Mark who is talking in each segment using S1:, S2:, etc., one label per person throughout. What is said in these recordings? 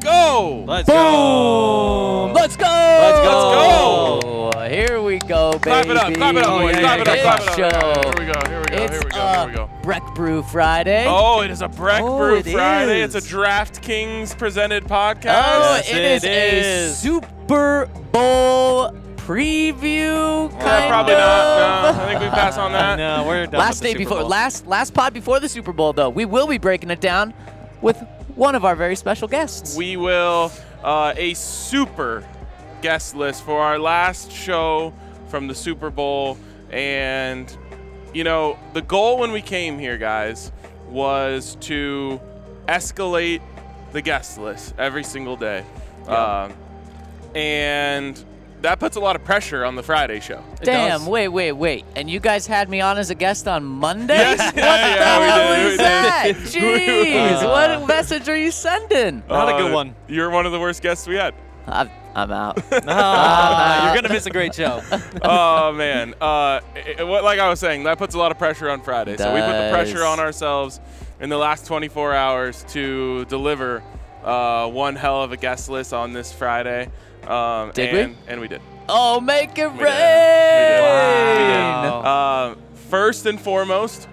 S1: go.
S2: Let's
S3: Boom!
S2: go.
S3: Let's go!
S1: Let's go.
S3: Let's go! Here we go, baby.
S1: Clap it up, clap it up, boys.
S2: Oh, yeah,
S1: Clap it
S2: yeah,
S1: up,
S3: It's
S1: clap it up.
S3: show.
S1: Here we go, here we go, here we
S3: It's
S1: go, here we go.
S3: a Breck Brew Friday.
S1: Oh, it is a Breck
S3: Oh,
S1: Brew
S3: it
S1: Friday.
S3: is.
S1: It's a DraftKings presented podcast.
S3: Oh,
S2: Yes,
S3: it
S2: it
S3: is,
S2: is.
S3: a Super Bowl preview kind
S1: Yeah, probably
S3: of.
S1: not. No, I think we pass on that.
S2: no, we're done.
S3: last
S2: with the
S3: day
S2: Super
S3: before
S2: Bowl.
S3: last last pod before the Super Bowl though. We will be breaking it down with one of our very special guests.
S1: We will uh, a super guest list for our last show from the Super Bowl, and you know the goal when we came here, guys, was to escalate the guest list every single day, um, and that puts a lot of pressure on the Friday show.
S3: Damn,
S2: does.
S3: wait, wait, wait. And you guys had me on as a guest on Monday?
S1: Yes,
S3: what
S1: yeah,
S3: the
S1: yeah, we
S3: hell
S1: did,
S3: is that?
S1: we did.
S3: Jeez, what message are you sending?
S2: Uh, Not a good
S1: Uh,
S2: one.
S1: Oh, You're one of the worst guests we had.
S3: I'm, I'm out.
S2: No, you're gonna miss a great show.
S1: oh man, uh, it- it- what- like I was saying, that puts a lot of pressure on Friday. So we put the pressure
S3: Does.
S1: on ourselves in the last 24 hours to deliver uh, one hell of a guest list on this Friday. Um,
S3: Did we?
S1: and, And we did.
S3: Oh, make it rain!
S1: We did. We did.
S2: Wow.
S1: Uh, first and foremost,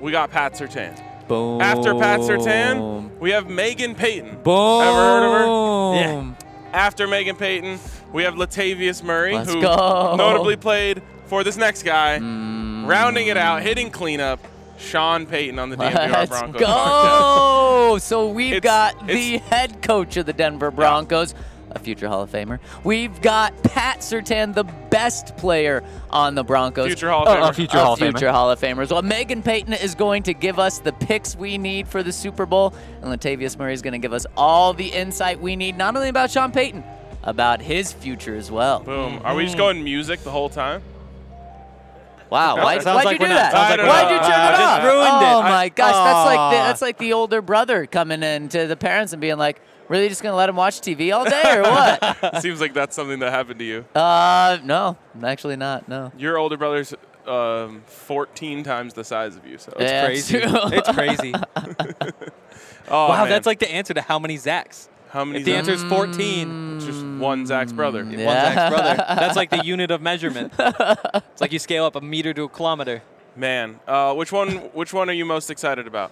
S1: we got Pat Sertan.
S3: Boom.
S1: After Pat Sertan, we have Megan Payton.
S3: Boom.
S1: Ever heard of her?
S2: Yeah.
S1: After Megan Payton, we have Latavius Murray,
S3: Let's
S1: who
S3: go. Mm.
S1: notably played for this next guy, rounding it out, hitting cleanup, Sean Payton on the DNVR
S3: Let's
S1: Broncos. podcast.
S3: go! so we've
S1: It's-
S3: got the
S1: it's-
S3: head coach of the Denver Broncos, a future Hall of Famer. We've got Pat Sertan, the best player on the Broncos. Oh,
S1: Future Hall of Famer.
S4: a future
S3: a
S4: Hall of Famer.
S3: future Hall of Famer as well. Megan Payton is going to give us the picks we need for the Super Bowl, and Latavius Murray is going to give us all the insight we need, not only about Sean Payton, about his future as well.
S1: Boom. Are we just going music the whole time?
S3: Wow, Ah, why'd,
S2: Mm-hmm. Sounds like
S3: why'd you
S2: we're
S3: do
S2: not-
S3: that?
S1: sounds like we're
S3: why'd you
S1: not.
S3: turn
S2: Uh,
S3: it
S2: just
S3: off?
S2: ruined it.
S3: oh
S2: I-
S3: my gosh, that's like the,
S2: Aw.
S3: that's like the older brother coming in to the parents and being like, "Really, just gonna let him watch TV all day or what?"
S1: Seems like that's something that happened to you.
S3: uh, no, actually not. No.
S1: Your older brother's um, 14 times the size of you, so it's
S3: Yeah,
S2: Crazy.
S3: it's true.
S2: It's crazy.
S1: Oh,
S2: wow,
S1: man.
S2: that's like the answer to how many Zachs.
S1: how many?
S2: If the
S1: Zachs?
S2: answer is 14,
S1: It's just one Zach's brother.
S2: one
S3: Yeah.
S2: Zach's brother. That's like the unit of measurement. It's like you scale up a meter to a kilometer.
S1: Man, uh, which one? Which one are you most excited about?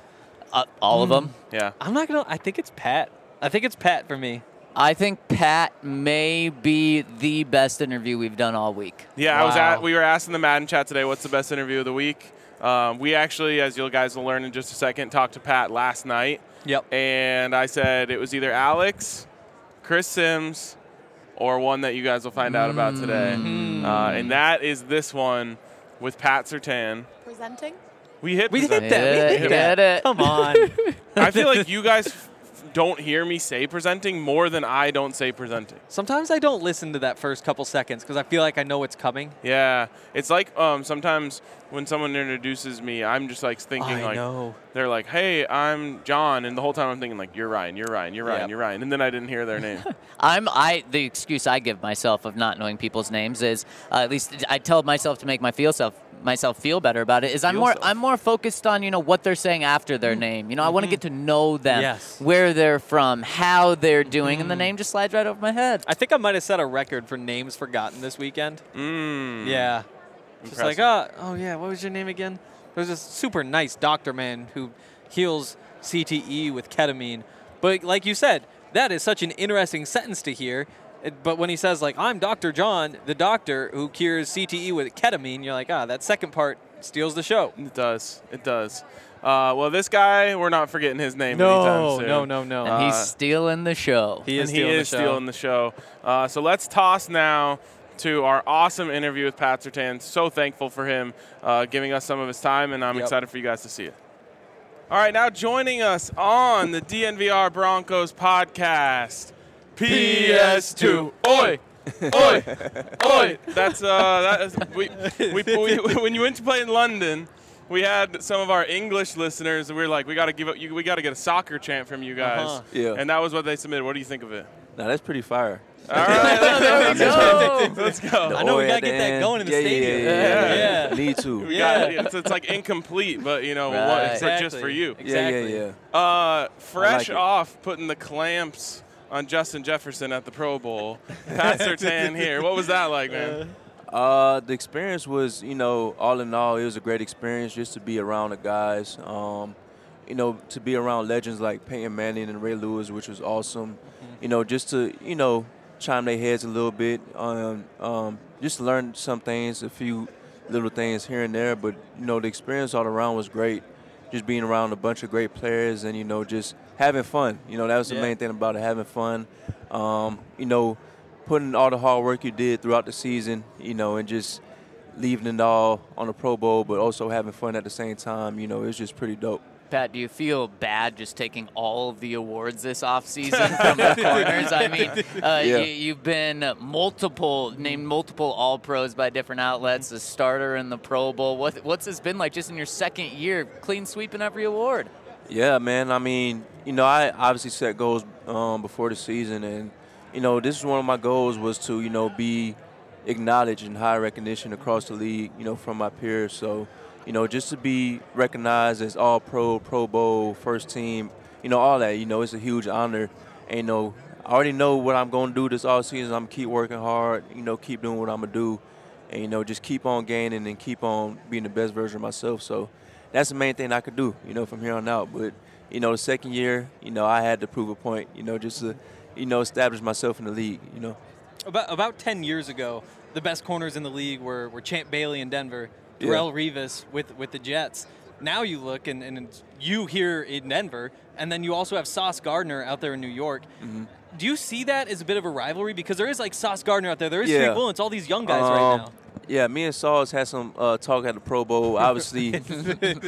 S3: Uh, all of them.
S1: Yeah.
S2: Hmm. I'm not gonna. I think it's Pat. I think it's Pat for me.
S3: I think Pat may be the best interview we've done all week.
S1: Yeah, I was
S2: Wow.
S1: at. We were asking the Madden chat today, what's the best interview of the week? Um, we actually, as you guys will learn in just a second, talked to Pat last night,
S2: Yep.
S1: and I said it was either Alex, Chris Sims, or one that you guys will find out about today,
S2: Mm-hmm.
S1: uh, and that is this one with Pat Sertan.
S5: presenting.
S1: We hit.
S2: We
S1: present-
S2: hit that. We
S3: Yeah,
S2: hit that.
S3: get it.
S2: Come on.
S1: I feel like you guys f- don't hear me say presenting more than I don't say presenting.
S2: Sometimes I don't listen to that first couple seconds because I feel like I know it's coming.
S1: Yeah, it's like um, sometimes when someone introduces me, I'm just like thinking
S2: I
S1: like
S2: know.
S1: they're like, "Hey, I'm John," and the whole time I'm thinking like, "You're Ryan, you're Ryan, you're Ryan,
S2: Yep.
S1: you're Ryan," and then I didn't hear their name.
S3: I'm I the excuse I give myself of not knowing people's names is uh, at least I tell myself to make my feel self myself feel better about it is I'm
S1: Feel
S3: more
S1: self.
S3: I'm more focused on you know what they're saying after their name you know I want to get to know them
S2: Mm-hmm. Yes. Mm.
S3: where they're from how they're doing
S2: Hmm.
S3: and the name just slides right over my head
S2: I think I might have set a record for names forgotten this weekend.
S1: Mm.
S2: Yeah. Just like, uh, oh yeah, what was your name again? There's this super nice doctor man who heals CTE with ketamine. But like you said, that is such an interesting sentence to hear. It- But when he says like, I'm Doctor John, the doctor who cures CTE with ketamine, you're like, ah, that second part steals the show.
S1: It does. It does. Uh, well, this guy, we're not forgetting his name anytime
S2: No,
S1: soon. Uh,
S2: no, no, no. Uh,
S3: And he's stealing the show.
S2: he
S1: and
S2: is
S1: he
S2: stealing
S1: is
S2: the show.
S1: stealing the show. Uh, so let's toss now to our awesome interview with Pat Sertan. So thankful for him uh, giving us some of his time, and I'm
S2: Yep.
S1: excited for you guys to see it. All right, now joining us on the DNVR Broncos podcast, PS2. Oi! Oi! Oi! That's uh, that is, we, we, we, when you went to play in London, we had some of our English listeners, and we were like, we got to give up, you, we got to get a soccer chant from you guys,
S2: Uh-huh.
S4: Yeah.
S1: and that was what they submitted. What do you think of it?
S4: Now that's pretty fire.
S1: All right, there we
S3: go.
S1: Let's go.
S2: I know we
S4: Oil
S2: gotta
S4: at
S2: get
S4: the
S2: that
S4: end.
S2: going in the
S4: yeah,
S2: stadium.
S4: Yeah, yeah,
S2: Yeah.
S4: yeah.
S2: Yeah.
S4: Need to.
S1: We
S4: Yeah,
S1: got it. It's, it's like incomplete, but you know,
S3: Right.
S1: what, it's like just for
S2: Exactly.
S1: you.
S2: Exactly.
S4: yeah, yeah.
S1: Uh, fresh
S4: it.
S1: off putting the clamps on Justin Jefferson at the Pro Bowl, Pat Sertan here. What was that like, man?
S4: Uh, the experience was, you know, all in all, it was a great experience just to be around the guys. Um, you know, to be around legends like Peyton Manning and Ray Lewis, which was awesome. You know, just to, you know, chime their heads a little bit. Um, um, just learn some things, a few little things here and there. But, you know, the experience all around was great. Just being around a bunch of great players and, you know, just having fun. You know, that was the
S2: Yeah.
S4: main thing about it, having fun. Um, you know, putting all the hard work you did throughout the season, you know, and just leaving it all on the Pro Bowl, but also having fun at the same time, you know, it was just pretty dope.
S3: Pat, do you feel bad just taking all of the awards this offseason from the corners? I mean, uh,
S4: Yeah.
S3: you, you've been multiple, named multiple All Pros by different
S1: Mm-hmm.
S3: outlets, a starter in the Pro Bowl. What, what's this been like just in your second year, clean sweeping every award?
S4: Yeah, man. I mean, you know, I obviously set goals um, before the season, and you know, this is one of my goals was to you know be acknowledged and high recognition across the league, you know, from my peers. So, you know, just to be recognized as All Pro, Pro Bowl, first team, you know, all that. You know, it's a huge honor, and you know, I already know what I'm gonna do this all season. I'm gonna keep working hard, you know, keep doing what I'm gonna do, and you know, just keep on gaining and keep on being the best version of myself. So that's the main thing I could do, you know, from here on out. But you know, the second year, you know, I had to prove a point, you know, just to, you know, establish myself in the league, you know.
S2: About about ten years ago, the best corners in the league were, were Champ Bailey in Denver,
S4: Yeah.
S2: Darrell Revis with with the Jets. Now you look and, and it's you here in Denver, and then you also have Sauce Gardner out there in New York.
S4: Mm-hmm.
S2: Do you see that as a bit of a rivalry? Because there is like Sauce Gardner out there, there is
S4: Yeah.
S2: Street Willen, it's all these young guys right
S4: Um,
S2: now.
S4: Yeah, me and Sauls had some uh, talk at the Pro Bowl. Obviously,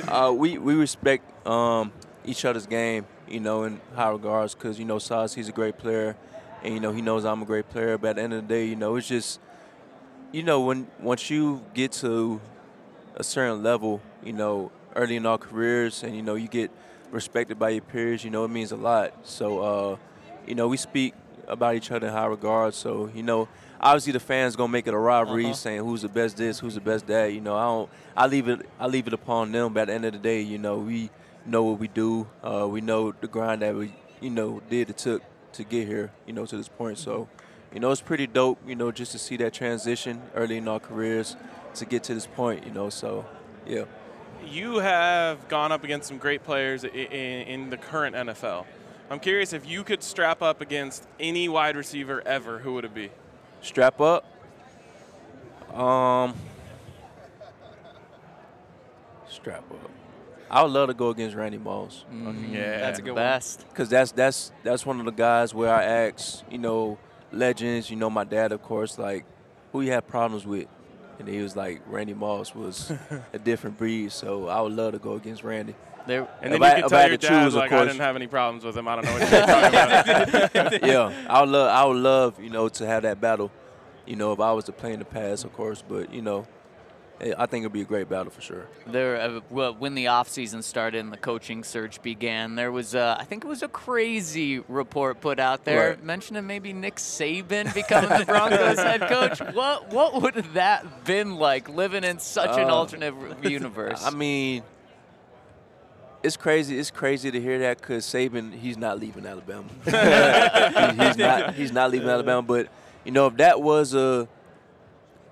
S4: uh, we we respect um, each other's game, you know, in high regards because you know Sauls he's a great player, and you know he knows I'm a great player. But at the end of the day, you know, it's just you know when once you get to a certain level, you know, early in our careers, and you know, you get respected by your peers. You know, it means a lot. So, uh, you know, we speak about each other in high regard. So, you know, obviously the fans gonna make it a rivalry, saying who's the best this, who's the best that. You know, I don't, I leave it, I leave it upon them. But at the end of the day, you know, we know what we do. Uh, we know the grind that we, you know, did it took to get here. You know, to this point. So. You know, it's pretty dope, you know, just to see that transition early in our careers to get to this point, you know, so yeah.
S1: You have gone up against some great players in, in the current NFL. I'm curious if you could strap up against any wide receiver ever, who would it be?
S4: Strap up. Um strap up. I would love to go against Randy Moss.
S1: yeah,
S2: Mm, That's a good one.
S3: Best.
S4: Cause that's that's that's one of the guys where I ask, you know, legends, you know, my dad of course, like, who you had problems with? And he was like, Randy Moss was a different breed, so I would love to go against Randy.
S3: There,
S1: And
S4: If
S1: then
S4: I-
S1: you could
S4: if I
S1: tell
S4: had
S1: your
S4: to
S1: dad,
S4: choose, of
S1: like, I
S4: course.
S1: didn't have any problems with him. I don't know what you're talking about.
S4: yeah, I would love, I would love, you know, to have that battle. You know, if I was to play in the past, of course, but you know, eh, I think it'd be a great battle for sure.
S3: There, uh, well, when the off season started and the coaching search began, there was, uh, I think it was a crazy report put out there
S4: Right.
S3: mentioning maybe Nick Saban becoming the Broncos head coach. What what would that been like living in such an
S4: Uh,
S3: alternate r- universe?
S4: I mean, it's crazy. It's crazy to hear that because Saban, he's not leaving Alabama. He- he's not. He's not leaving Alabama. But you know, if that was a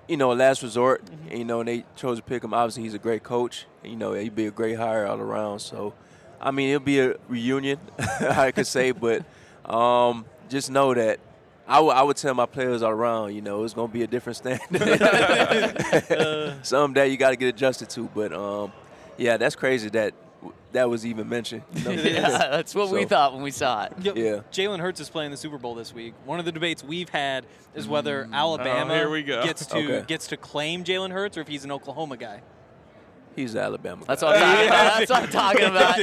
S4: you know, a last resort.
S3: Mm-hmm.
S4: You know, and they chose to pick him. Obviously, he's a great coach. You know, he'd be a great hire all around. So, I mean, it'll be a reunion, I could say. But um, just know that I would- I would tell my players all around. You know, it's gonna be a different standard. Someday you got to get adjusted to. But um, yeah, that's crazy that that was even mentioned. you know?
S3: yeah, that's what we
S4: So-
S3: thought when we saw it.
S2: Yep.
S4: Yeah.
S2: Jalen Hurts is playing the Super Bowl this week. One of the debates we've had is whether Alabama
S1: Mm. Oh, here we go.
S2: gets to
S4: Okay.
S2: gets to claim Jalen Hurts or if he's an Oklahoma guy.
S4: He's an Alabama.
S3: That's
S4: guy.
S3: what I'm talking about. That's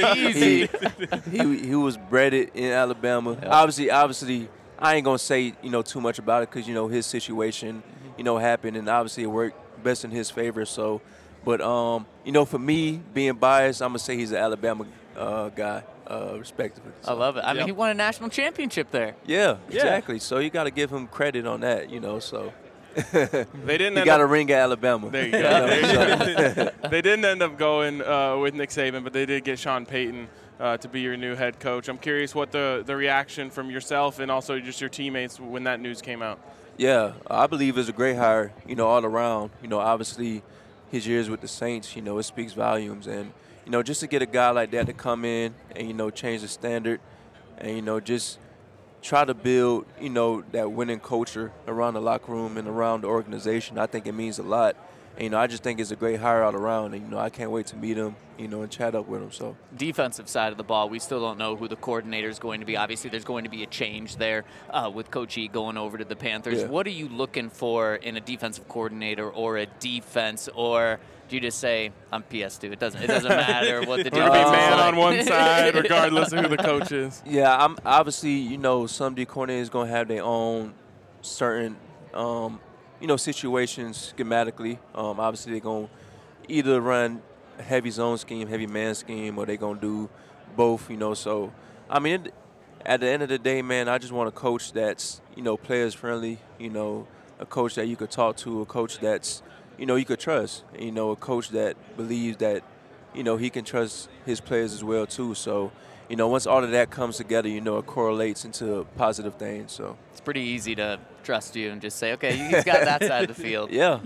S3: what I'm talking about. Easy.
S4: he, he he was breded in Alabama. Obviously, obviously, I ain't gonna say you know too much about it because you know his situation, you know, happened, and obviously it worked best in his favor. So, but um, you know, for me being biased, I'm gonna say he's an Alabama uh, guy, uh, respectively.
S3: I
S4: So,
S3: love it. I mean,
S2: Yep.
S3: he won a national championship there.
S4: Yeah, exactly. So you gotta give him credit on that, you know. So
S1: They didn't
S4: he
S1: end
S4: got a
S1: up,
S4: ring at Alabama.
S1: There you go.
S4: You know,
S1: There you
S4: so-
S1: they didn't end up going uh, with Nick Saban, but they did get Sean Payton uh, to be your new head coach. I'm curious what the, the reaction from yourself and also just your teammates when that news came out.
S4: Yeah, I believe it's a great hire, you know, all around. You know, obviously his years with the Saints, you know, it speaks volumes. And, you know, just to get a guy like that to come in and, you know, change the standard and, you know, just try to build, you know, that winning culture around the locker room and around the organization, I think it means a lot. And, you know, I just think it's a great hire all around. And, you know, I can't wait to meet him, you know, and chat up with him. So,
S3: defensive side of the ball, we still don't know who the coordinator is going to be. Obviously, there's going to be a change there uh, with Coach E going over to the Panthers.
S4: Yeah.
S3: What are you looking for in a defensive coordinator or a defense, or do you just say I'm PS2? It doesn't. It doesn't matter what the defense
S1: We're going to be
S3: is
S1: man
S3: like.
S1: on one side, regardless of who the coach is.
S4: Yeah, I'm obviously you know some D coordinators gonna have their own certain um, you know situations schematically. Um, obviously they're gonna either run heavy zone scheme, heavy man scheme, or they gonna do both. You know, so I mean, it, at the end of the day, man, I just want a coach that's you know players friendly. You know, a coach that you could talk to, a coach that's you know you could trust. You know, a coach that believes that you know he can trust his players as well too. So you know, once all of that comes together, you know it correlates into positive things. So
S3: It's pretty easy to trust you and just say, okay, he's got that side of the field.
S4: yeah,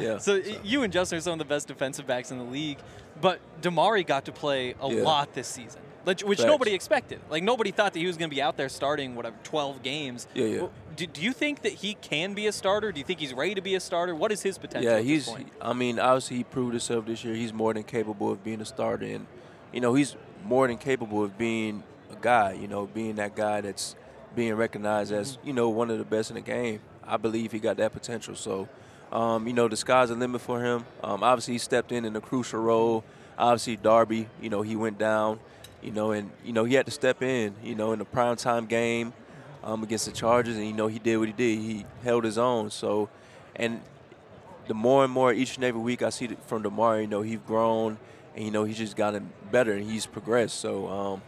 S4: yeah.
S2: So, y- you and Justin are some of the best defensive backs in the league, but Damari got to play a
S4: Yeah.
S2: lot this season, like- which
S4: Facts.
S2: nobody expected. Like nobody thought that he was going to be out there starting whatever 12 games.
S4: Yeah, yeah.
S2: Well, Do, do you think that he can be a starter? Do you think he's ready to be a starter? What is his potential?
S4: Yeah,
S2: at this
S4: he's.
S2: point?
S4: I mean, obviously he proved himself this year. He's more than capable of being a starter, and you know he's more than capable of being a guy. You know, being that guy that's being recognized as
S2: Mm-hmm.
S4: you know one of the best in the game. I believe he got that potential. So, um, you know, the sky's the limit for him. Um, obviously, he stepped in in a crucial role. Obviously, Darby. You know, he went down. You know, and you know he had to step in. You know, in the prime time game um, against the Chargers, and you know he did what he did. He held his own. So, and the more and more each and every week I see th- from Demar, you know, he's grown and you know he's just gotten better and he's progressed. So, um,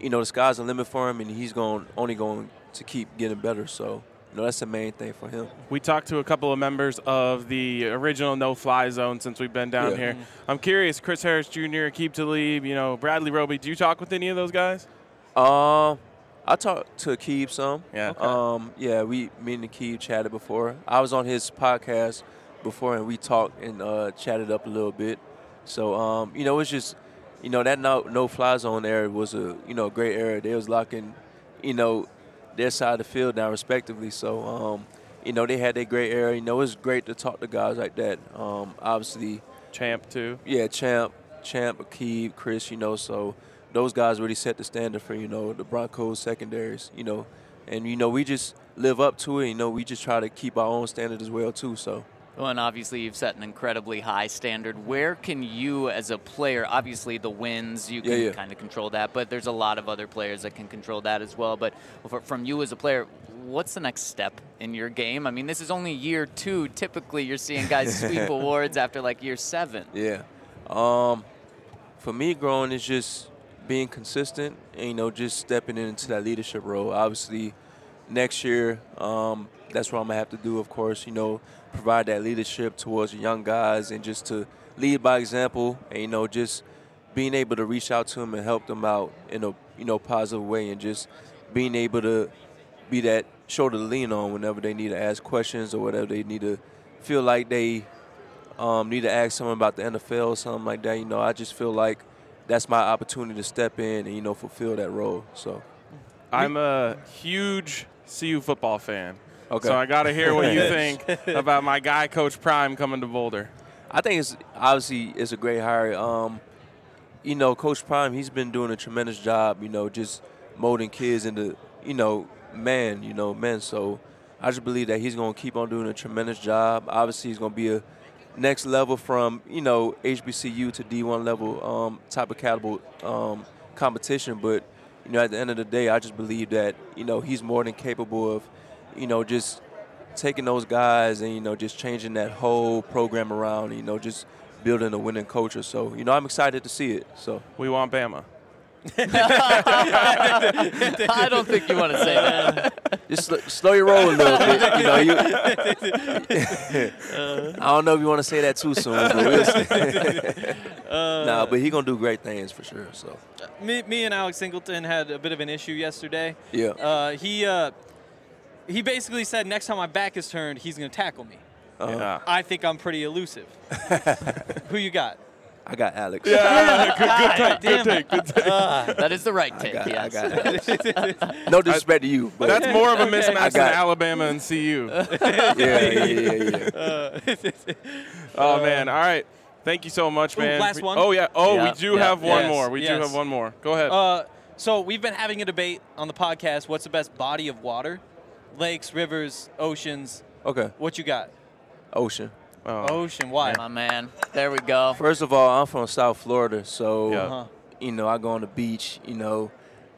S4: you know, the sky's the limit for him, and he's going only going to keep getting better. So, you know, that's the main thing for him.
S1: We talked to a couple of members of the original No Fly Zone since we've been down
S4: Yeah.
S1: here. I'm curious, Chris Harris Jr., Keep Talib, you know, Bradley Roby. Do you talk with any of those guys?
S4: Um, I talked to Akib some.
S1: Yeah. Okay.
S4: Um, yeah, we me and Akib chatted before. I was on his podcast before, and we talked and uh, chatted up a little bit. So um, you know, it's just you know that no no fly zone area was a you know a great area. They was locking, you know, their side of the field down respectively. So um, you know they had their great area. You know, it's great to talk to guys like that. Um, obviously
S1: Champ, too.
S4: yeah, Champ, Champ, Akib, Chris, you know, so those guys really set the standard for, you know, the Broncos secondaries, you know. And you know, we just live up to it, you know, we just try to keep our own standard as well too, so
S3: Well, and obviously you've set an incredibly high standard. Where can you, as a player, obviously the wins you
S4: Yeah,
S3: can
S4: yeah.
S3: kind of control that, but there's a lot of other players that can control that as well. But for, from you as a player, what's the next step in your game? I mean, this is only year two. Typically, you're seeing guys sweep awards after like year seven.
S4: Yeah. Um, for me, growing is just being consistent and, you know, just stepping into that leadership role. Obviously, next year, um, that's what I'm going to have to do, of course, you know, provide that leadership towards the young guys and just to lead by example and, you know, just being able to reach out to them and help them out in a, you know, positive way and just being able to be that shoulder to lean on whenever they need to ask questions or whatever they need to feel like they um, need to ask someone about the NFL or something like that. You know, I just feel like that's my opportunity to step in and you know fulfill that role. So
S1: I'm a huge CU football fan.
S4: Okay.
S1: So I got to hear what you think about my guy, Coach Prime, coming to Boulder.
S4: I think it's obviously it's a great hire. Um, you know, Coach Prime, he's been doing a tremendous job. You know, just molding kids into you know man, you know men. So I just believe that he's going to keep on doing a tremendous job. Obviously, he's going to be a next level from you know HBCU to D1 level um, type of caliber um, competition. But you know, at the end of the day, I just believe that you know he's more than capable of you know just taking those guys and you know just changing that whole program around you know just building a winning culture so you know i'm excited to see it so
S1: We want Bama.
S3: I don't think you want to say that.
S4: just sl- slow your roll a little bit you know you i
S3: Uh-huh.
S4: don't know if you want to say that too soon but we'll see.
S3: Uh,
S4: nah but he gonna do great things for sure so
S2: Me, me and Alex Singleton had a bit of an issue yesterday.
S4: Yeah.
S2: Uh, he uh, he basically said next time my back is turned, he's gonna tackle me.
S4: Um,
S1: Yeah.
S2: I think I'm pretty elusive. Who you got?
S4: i got alex
S2: God, damn it.
S3: Ah, That is the right
S4: I
S3: take.
S4: got, I
S3: yes.
S4: got Alex. no disrespect to you but
S1: That's more of a mismatch than
S4: got it.
S1: Alabama and CU.
S4: yeah yeah yeah, yeah.
S1: oh, man. All right. Thank you so much,
S2: Ooh,
S1: man.
S2: last
S1: We-
S2: one?
S1: Oh, yeah. Oh,
S3: Yeah,
S1: we do
S3: yeah,
S1: have one
S2: yes,
S1: more. We do
S2: yes.
S1: have one more. Go ahead.
S2: Uh, so we've been having a debate on the podcast. What's the best body of water? Lakes, rivers, oceans.
S4: okay
S2: What you got?
S4: ocean
S1: oh.
S2: Ocean. Why?
S3: My man. There we go.
S4: First of all, I'm from South Florida, so
S1: Yeah.
S2: Uh-huh.
S4: you know I go on the beach, you know,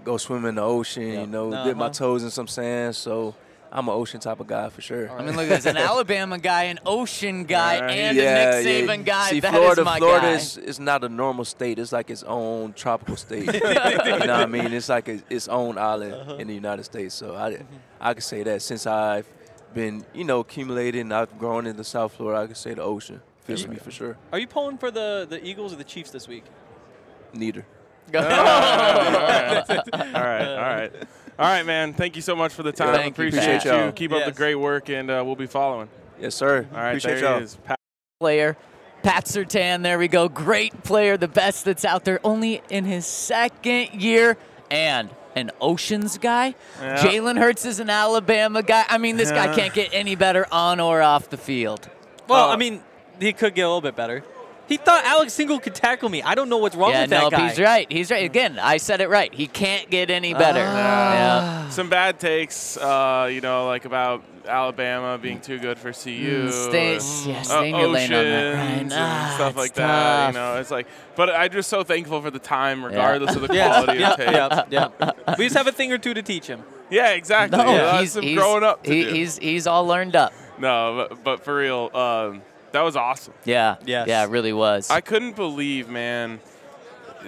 S4: go swim in the ocean, you know, dip my
S2: Uh-huh.
S4: toes in some sand. So I'm an ocean type of guy for sure.
S3: I mean, look at this. An Alabama guy, an Ocean guy,
S1: All right.
S3: and
S4: Uh, Yeah,
S3: a Nick
S4: yeah.
S3: Saban guy. That
S4: See,
S3: is
S4: Florida,
S3: my
S4: Florida
S3: guy.
S4: is is not a normal state. It's like its own tropical state. you know what I mean? It's like a, its own island
S3: Uh-huh.
S4: in the United States. So I,
S3: Mm-hmm.
S4: I could say that since I've been, you know, accumulating, and I've grown into South Florida. I could say the ocean fits me for sure.
S2: Are you pulling for the, the Eagles or the Chiefs this week?
S1: Uh,
S4: Neither.
S1: All Oh, right. All right. All right, man. Thank you so much for the time.
S3: Thank you,
S1: Appreciate
S3: Pat.
S1: you.
S4: Y'all.
S1: Keep up the
S2: Yes.
S1: great work, and uh, we'll be following.
S4: Yes, sir.
S1: All right.
S4: Appreciate
S1: there
S4: y'all.
S1: it is. Pat-
S3: player. Pat Sertan, there we go. Great player, the best that's out there, only in his second year. And an Oceans guy. Jalen Hurts is an Alabama guy. I mean, this guy
S1: Yeah.
S3: can't get any better on or off the field.
S2: Well,
S1: Uh,
S2: I mean, he could get a little bit better. He thought Alex Single could tackle me. I don't know what's wrong
S3: yeah,
S2: with that
S3: nope,
S2: guy.
S3: he's right. He's right. Again, I said it right. He can't get any better. Yeah.
S1: Ah. Some bad takes, uh, you know, like about Alabama being too good for CU.
S2: Mm,
S3: Stay, yeah,
S1: uh,
S3: stay in your lane on that,
S1: oceans
S3: Ryan.
S1: and
S3: Ah,
S1: stuff
S3: it's
S1: like that. You
S3: tough.
S1: know, it's like, but I'm just so thankful for the time, regardless of the quality
S2: yeah,
S1: of tape.
S2: yeah, yeah. We just have a thing or two to teach him.
S1: Yeah, exactly.
S3: No,
S1: you know, that's
S3: he's,
S1: some
S3: he's,
S1: growing up. To
S3: he-
S1: do.
S3: he's he's all learned up.
S1: no, but, but for real, um, that was awesome.
S3: Yeah.
S2: Yes.
S3: Yeah, it really was.
S1: I couldn't believe, man.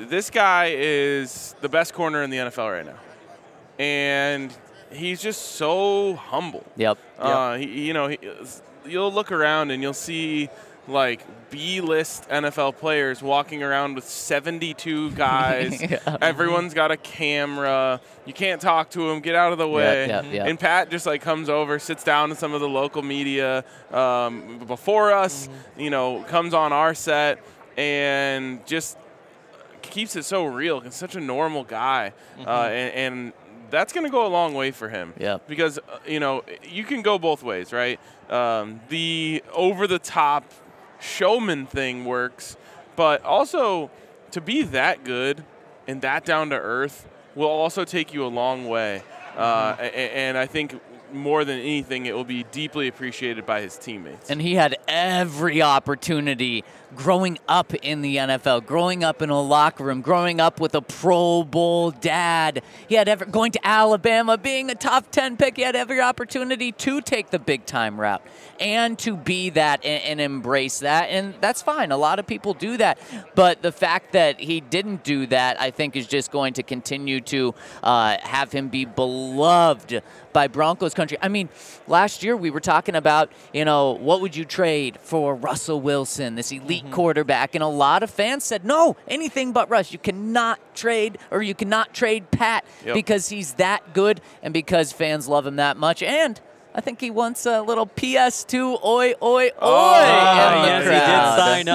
S1: This guy is the best corner in the NFL right now, and he's just so humble.
S3: yep.
S1: Uh, he, you know, he, you'll look around and you'll see like B-list NFL players walking around with 72 guys. Everyone's got a camera. You can't talk to them. Get out of the way.
S3: yep, yep.
S1: And Pat just like comes over, sits down to some of the local media um, before us. You know, comes on our set and just keeps it so real. He's such a normal guy, uh,
S2: Mm-hmm.
S1: and, and that's going to go a long way for him.
S3: Yeah.
S1: Because uh, you know you can go both ways, right? Um, the over-the-top showman thing works, but also to be that good and that down to earth will also take you a long way. Uh,
S2: Mm-hmm.
S1: a- a- and I think more than anything, it will be deeply appreciated by his teammates.
S3: And he had every opportunity growing up in the NFL, growing up in a locker room, growing up with a Pro Bowl dad. He had ever going to Alabama, being a top 10 pick, he had every opportunity to take the big time route and to be that and, and embrace that. And that's fine. A lot of people do that. But the fact that he didn't do that, I think, is just going to continue to uh, have him be beloved by Broncos country. I mean, last year we were talking about, you know, what would you trade for Russell Wilson, this elite
S2: Mm-hmm.
S3: quarterback, and a lot of fans said, "No, anything but Russ. You cannot trade or you cannot trade Pat
S1: Yep.
S3: because he's that good and because fans love him that much and I think he wants a little PS2 oi oi oi
S1: Ah,
S3: in the
S2: yes, he
S3: crowd.
S2: did sign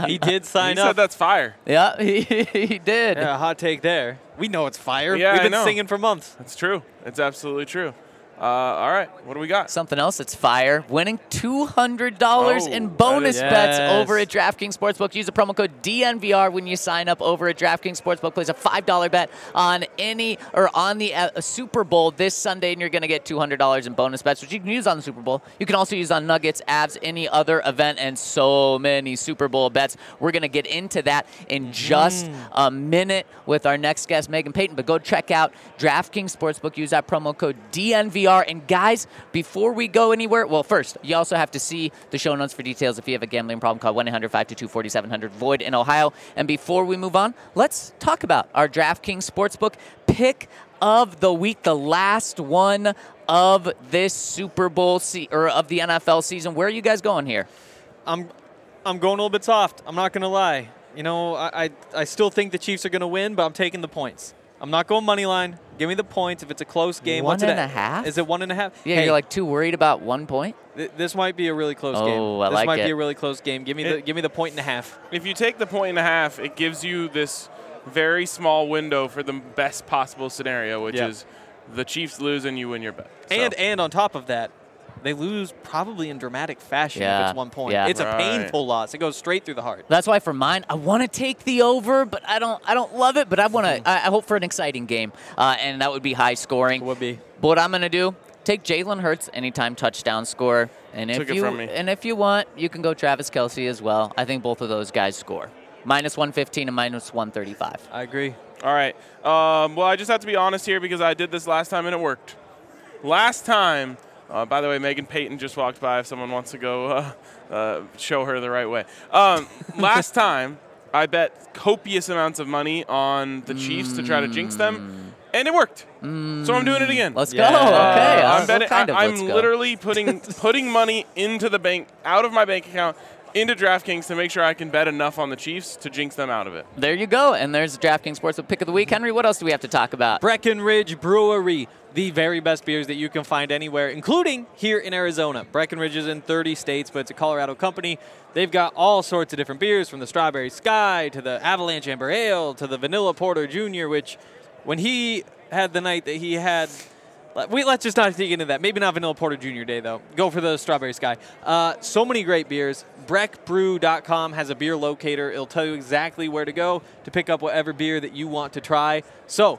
S2: up. He did
S1: He
S2: sign
S1: said
S2: up.
S1: that's fire.
S3: Yeah, he, he did.
S2: Yeah, hot take there. We know it's fire.
S1: Yeah,
S2: We've
S1: I
S2: been
S1: know.
S2: singing for months.
S1: That's true. It's absolutely true. Uh, all right, what do we got?
S3: Something else that's fire, winning $200
S1: Oh,
S3: in bonus
S2: that is-
S3: bets
S2: Yes.
S3: over at DraftKings Sportsbook. Use the promo code DNVR when you sign up over at DraftKings Sportsbook. Place a $5 bet on any or on the uh, Super Bowl this Sunday, and you're going to get $200 in bonus bets, which you can use on the Super Bowl. You can also use on Nuggets, Abs, any other event, and so many Super Bowl bets. We're going to get into that in just a minute with our next guest, Megan Payton. But go check out DraftKings Sportsbook. Use that promo code DNVR. And guys, before we go anywhere, well, first, you also have to see the show notes for details if you have a gambling problem. Call 1 800 522 4700 Void in Ohio. And before we move on, let's talk about our DraftKings Sportsbook pick of the week, the last one of this Super Bowl se- or of the NFL season. Where are you guys going here?
S2: I'm I'm going a little bit soft. I'm not gonna lie. You know, I I, I still think the Chiefs are gonna win, but I'm taking the points. I'm not going money line. Give me the points if it's a close game.
S3: One
S2: what's it
S3: and
S2: at?
S3: a half?
S2: Is it one and a half?
S3: Yeah,
S2: Hey,
S3: you're like too worried about one point.
S2: th- this might be a really close game.
S3: Oh, I
S2: this
S3: like
S2: might
S3: it.
S2: be a really close game. Give me the
S1: It-
S2: give me the point and a half.
S1: If you take the point and a half, it gives you this very small window for the best possible scenario, which
S2: Yeah.
S1: is the Chiefs lose and you win your bet. So-
S2: And and on top of that, they lose probably in dramatic fashion if
S3: Yeah,
S2: it's one point.
S3: yeah.
S2: It's a
S1: Right.
S2: painful loss. It goes straight through the heart.
S3: That's why for mine, I want to take the over, but I don't. I don't love it, but I want
S2: Mm-hmm.
S3: to. I, I hope for an exciting game, uh, and that would be high scoring.
S2: Would be.
S3: But what I'm gonna do? Take Jalen Hurts anytime touchdown score, and if
S1: Took it
S3: you
S1: from me.
S3: and if you want, you can go Travis Kelsey as well. I think both of those guys score minus 115 and minus 135.
S2: I agree.
S1: All right. Um, well, I just have to be honest here because I did this last time and it worked. Last time, uh, by the way, Megan Payton just walked by. If someone wants to go uh, uh, show her the right way. Um, last time, I bet copious amounts of money on the Chiefs to try to jinx them, and it worked. So I'm doing it again.
S3: Mm. Let's
S2: Yeah.
S3: go. Okay,
S1: Uh,
S3: uh,
S1: I'm, betting,
S3: kind of
S1: I, am
S3: let's go.
S1: literally putting putting money into the bank, out of my bank account, into DraftKings to make sure I can bet enough on the Chiefs to jinx them out of it.
S3: There you go. And there's DraftKings Sportsbook pick of the week. Henry, what else do we have to talk about?
S2: Breckenridge Brewery, the very best beers that you can find anywhere, including here in Arizona. Breckenridge is in 30 states, but it's a Colorado company. They've got all sorts of different beers from the Strawberry Sky to the Avalanche Amber Ale to the Vanilla Porter Jr., which when he had the night that he had. let- We, let's just not dig into that. Maybe not Vanilla Porter Jr. Day, though. Go for the Strawberry Sky. Uh, so many great beers. BreckBrew.com has a beer locator. It'll tell you exactly where to go to pick up whatever beer that you want to try. So,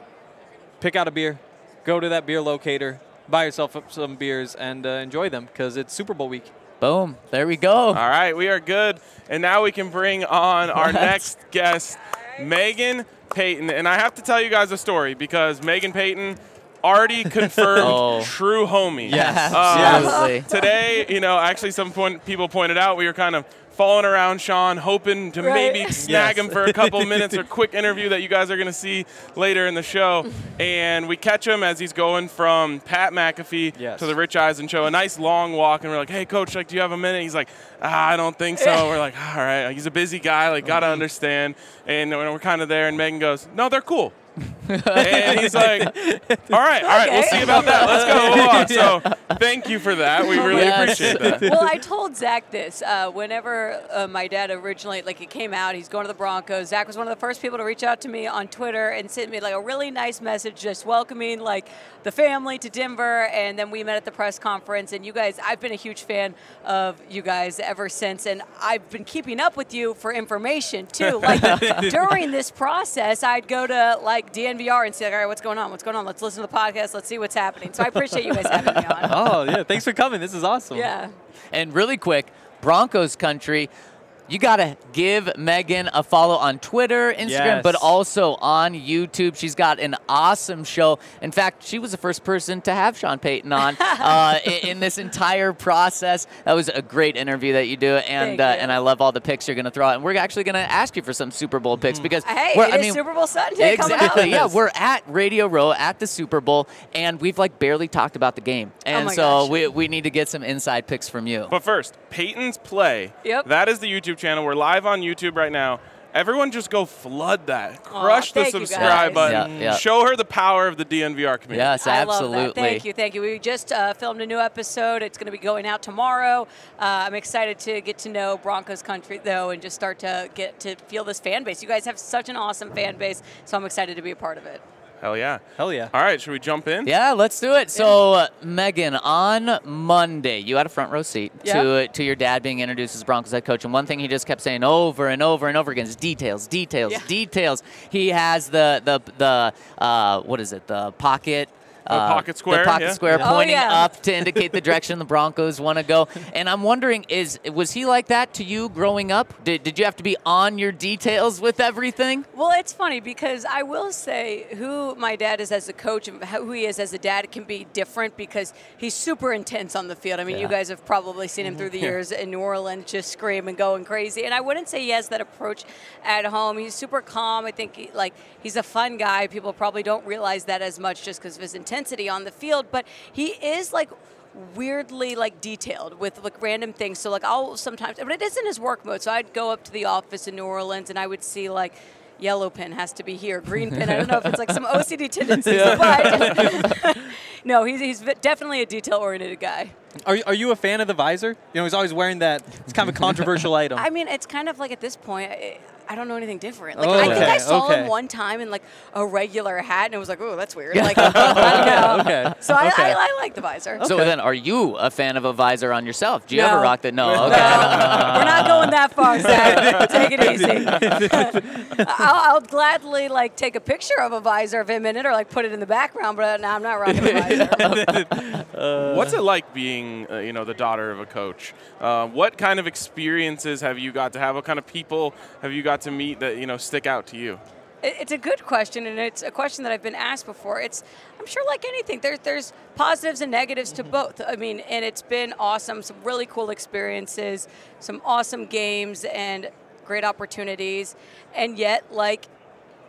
S2: pick out a beer, go to that beer locator, buy yourself up some beers, and uh, enjoy them because it's Super Bowl week.
S3: Boom. There we go.
S1: All right, we are good. And now we can bring on our next guest, Megan Payton. And I have to tell you guys a story because Megan Payton already confirmed
S3: Oh.
S1: true homie. Um,
S2: Yes.
S3: Absolutely.
S1: Today, you know, actually, some point, people pointed out we were kind of falling around Sean, hoping to maybe snag him for a couple minutes or quick interview that you guys are going to see later in the show. And we catch him as he's going from Pat McAfee
S2: Yes.
S1: to the Rich Eisen show, a nice long walk. And we're like, hey, coach, like, do you have a minute? He's like, ah, I don't think so. we're like, all right, like, he's a busy guy, like, got to understand. And we're we're kind of there, and Megan goes, no, they're cool. and he's like, all right, all right, we'll see about that. Let's go. Hold on. So thank you for that. Uh, We really
S3: Yes.
S1: appreciate that.
S5: well, I told Zach this uh, whenever uh, my dad originally, like, it came out, he's going to the Broncos. Zach was one of the first people to reach out to me on Twitter and sent me like a really nice message, just welcoming like the family to Denver. And then we met at the press conference. And you guys, I've been a huge fan of you guys ever since, and I've been keeping up with you for information too. Like during this process, I'd go to like DNVR and say, all right, what's going on? What's going on? Let's listen to the podcast. Let's see what's happening. So I appreciate you guys having me on.
S2: Oh yeah, thanks for coming. This is awesome.
S5: Yeah.
S3: And really quick, Broncos country, you got to give Megan a follow on Twitter, Instagram,
S2: Yes.
S3: but also on YouTube. She's got an awesome show. In fact, she was the first person to have Sean Payton on uh, i- in, this entire process. That was a great interview that you do, and
S5: Thank you.
S3: Uh, and I love all the picks you're going to throw out. And we're actually going to ask you for some Super Bowl picks because
S5: Mm-hmm. Uh, Hey,
S3: we're-
S5: it is
S3: I mean,
S5: Super Bowl Sunday
S3: exactly.
S5: coming up.
S3: Yeah, we're at Radio Row at the Super Bowl, and we've like barely talked about the game, and
S5: Oh my
S3: so
S5: gosh.
S3: we we need to get some inside picks from you.
S1: But first, Peyton's Play.
S5: Yep.
S1: That is the YouTube channel. We're live on YouTube right now. Everyone just go flood that. Crush the
S5: thank you,
S1: subscribe
S3: guys. Yeah,
S1: button.
S3: yeah.
S1: Show her the power of the DNVR community.
S3: Yes,
S5: I
S3: absolutely.
S5: Love that. Thank you, thank you. We just uh, filmed a new episode. It's going to be going out tomorrow. Uh, I'm excited to get to know Broncos country though, and just start to get to feel this fan base. You guys have such an awesome fan base, so I'm excited to be a part of it.
S1: Hell yeah.
S2: Hell yeah.
S1: All right, should we jump in?
S3: Yeah, let's do it. So, uh, Megan, on Monday, you had a front row seat
S5: Yeah.
S3: to to your dad being introduced as Broncos head coach, and one thing he just kept saying over and over and over again is details, details,
S5: Yeah.
S3: details. He has the the the uh, what is it? The pocket. uh,
S1: pocket square,
S3: the pocket
S1: yeah.
S3: square
S5: Yeah. Oh,
S3: pointing
S5: yeah.
S3: up to indicate the direction the Broncos want to go. And I'm wondering, is was he like that to you growing up? Did, did you have to be on your details with everything?
S5: Well, it's funny because I will say who my dad is as a coach and how- who he is as a dad can be different because he's super intense on the field. I mean, you
S3: Yeah.
S5: guys have probably seen him through the years in New Orleans just screaming, going crazy. And I wouldn't say he has that approach at home. He's super calm. I think he, like he's a fun guy. People probably don't realize that as much just because of his intensity on the field, but he is like weirdly like detailed with like random things. So like I'll sometimes, but it isn't his work mode. So I'd go up to the office in New Orleans and I would see like yellow pin has to be here, green pin. I don't know if it's like some OCD tendencies, but no, he's he's definitely a detail oriented guy.
S2: Are you, are you a fan of the visor? You know, he's always wearing that. It's kind of a controversial item.
S5: I mean, it's kind of like at this point. I, I don't know anything different. Like
S2: Oh,
S5: I think
S2: okay,
S5: I saw
S2: okay.
S5: him one time in like a regular hat, and it was like, oh, that's weird. Like I don't know.
S2: Okay,
S5: So I,
S2: okay.
S5: I, I like the visor.
S3: So then, are you a fan of a visor on yourself? Do you ever
S5: No.
S3: rock that? No.
S5: No,
S3: Okay.
S5: we're not going that far, Zach. take it easy. I'll, I'll gladly like take a picture of a visor of him in it, or like put it in the background. But no, I'm not rocking a visor.
S1: What's it like being, uh, you know, the daughter of a coach? Uh, what kind of experiences have you got to have? What kind of people have you got to meet that you know stick out to you?
S5: It- It's a good question, and it's a question that I've been asked before. It's, I'm sure, like anything, there's there's positives and negatives to both. I mean, and it's been awesome. Some really cool experiences, some awesome games, and great opportunities. And yet, like,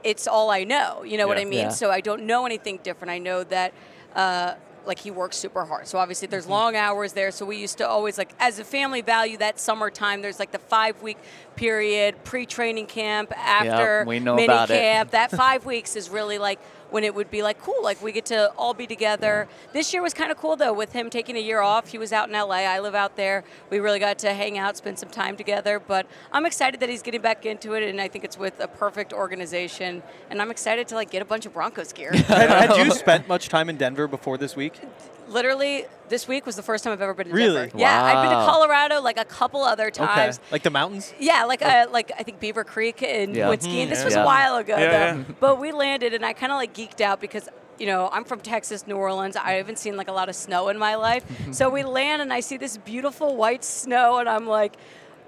S5: it's all I know. You know what
S1: Yeah.
S5: I mean?
S3: Yeah.
S5: So I don't know anything different. I know that. Uh, like he works super hard. So obviously
S3: Mm-hmm.
S5: there's long hours there. So we used to always like as a family value that summertime there's like the 5 week period pre-training camp after
S3: we know
S5: mini
S3: about it.
S5: camp up. That five weeks is really like when it would be like cool, like we get to all be together. This year was kind of cool though, with him taking a year off. He was out in LA. I live out there. We really got to hang out, spend some time together. But I'm excited that he's getting back into it, and I think it's with a perfect organization. And I'm excited to like get a bunch of Broncos gear.
S2: had, had you spent much time in Denver before this week?
S5: Literally, this week was the first time I've ever been to
S2: Really?
S5: Denver. Yeah, I've been to
S3: Wow.
S5: Colorado like a couple other times.
S2: Like the mountains?
S5: Yeah, like uh, like I think Beaver Creek and
S3: Oh. Yeah.
S5: went skiing. This
S3: Mhm,
S5: was
S3: yeah.
S5: a while ago
S1: Yeah,
S5: though.
S1: yeah.
S5: But we landed and I kind of like geeked out because you know I'm from Texas, New Orleans. I haven't seen like a lot of snow in my life. so we land and I see this beautiful white snow and I'm like.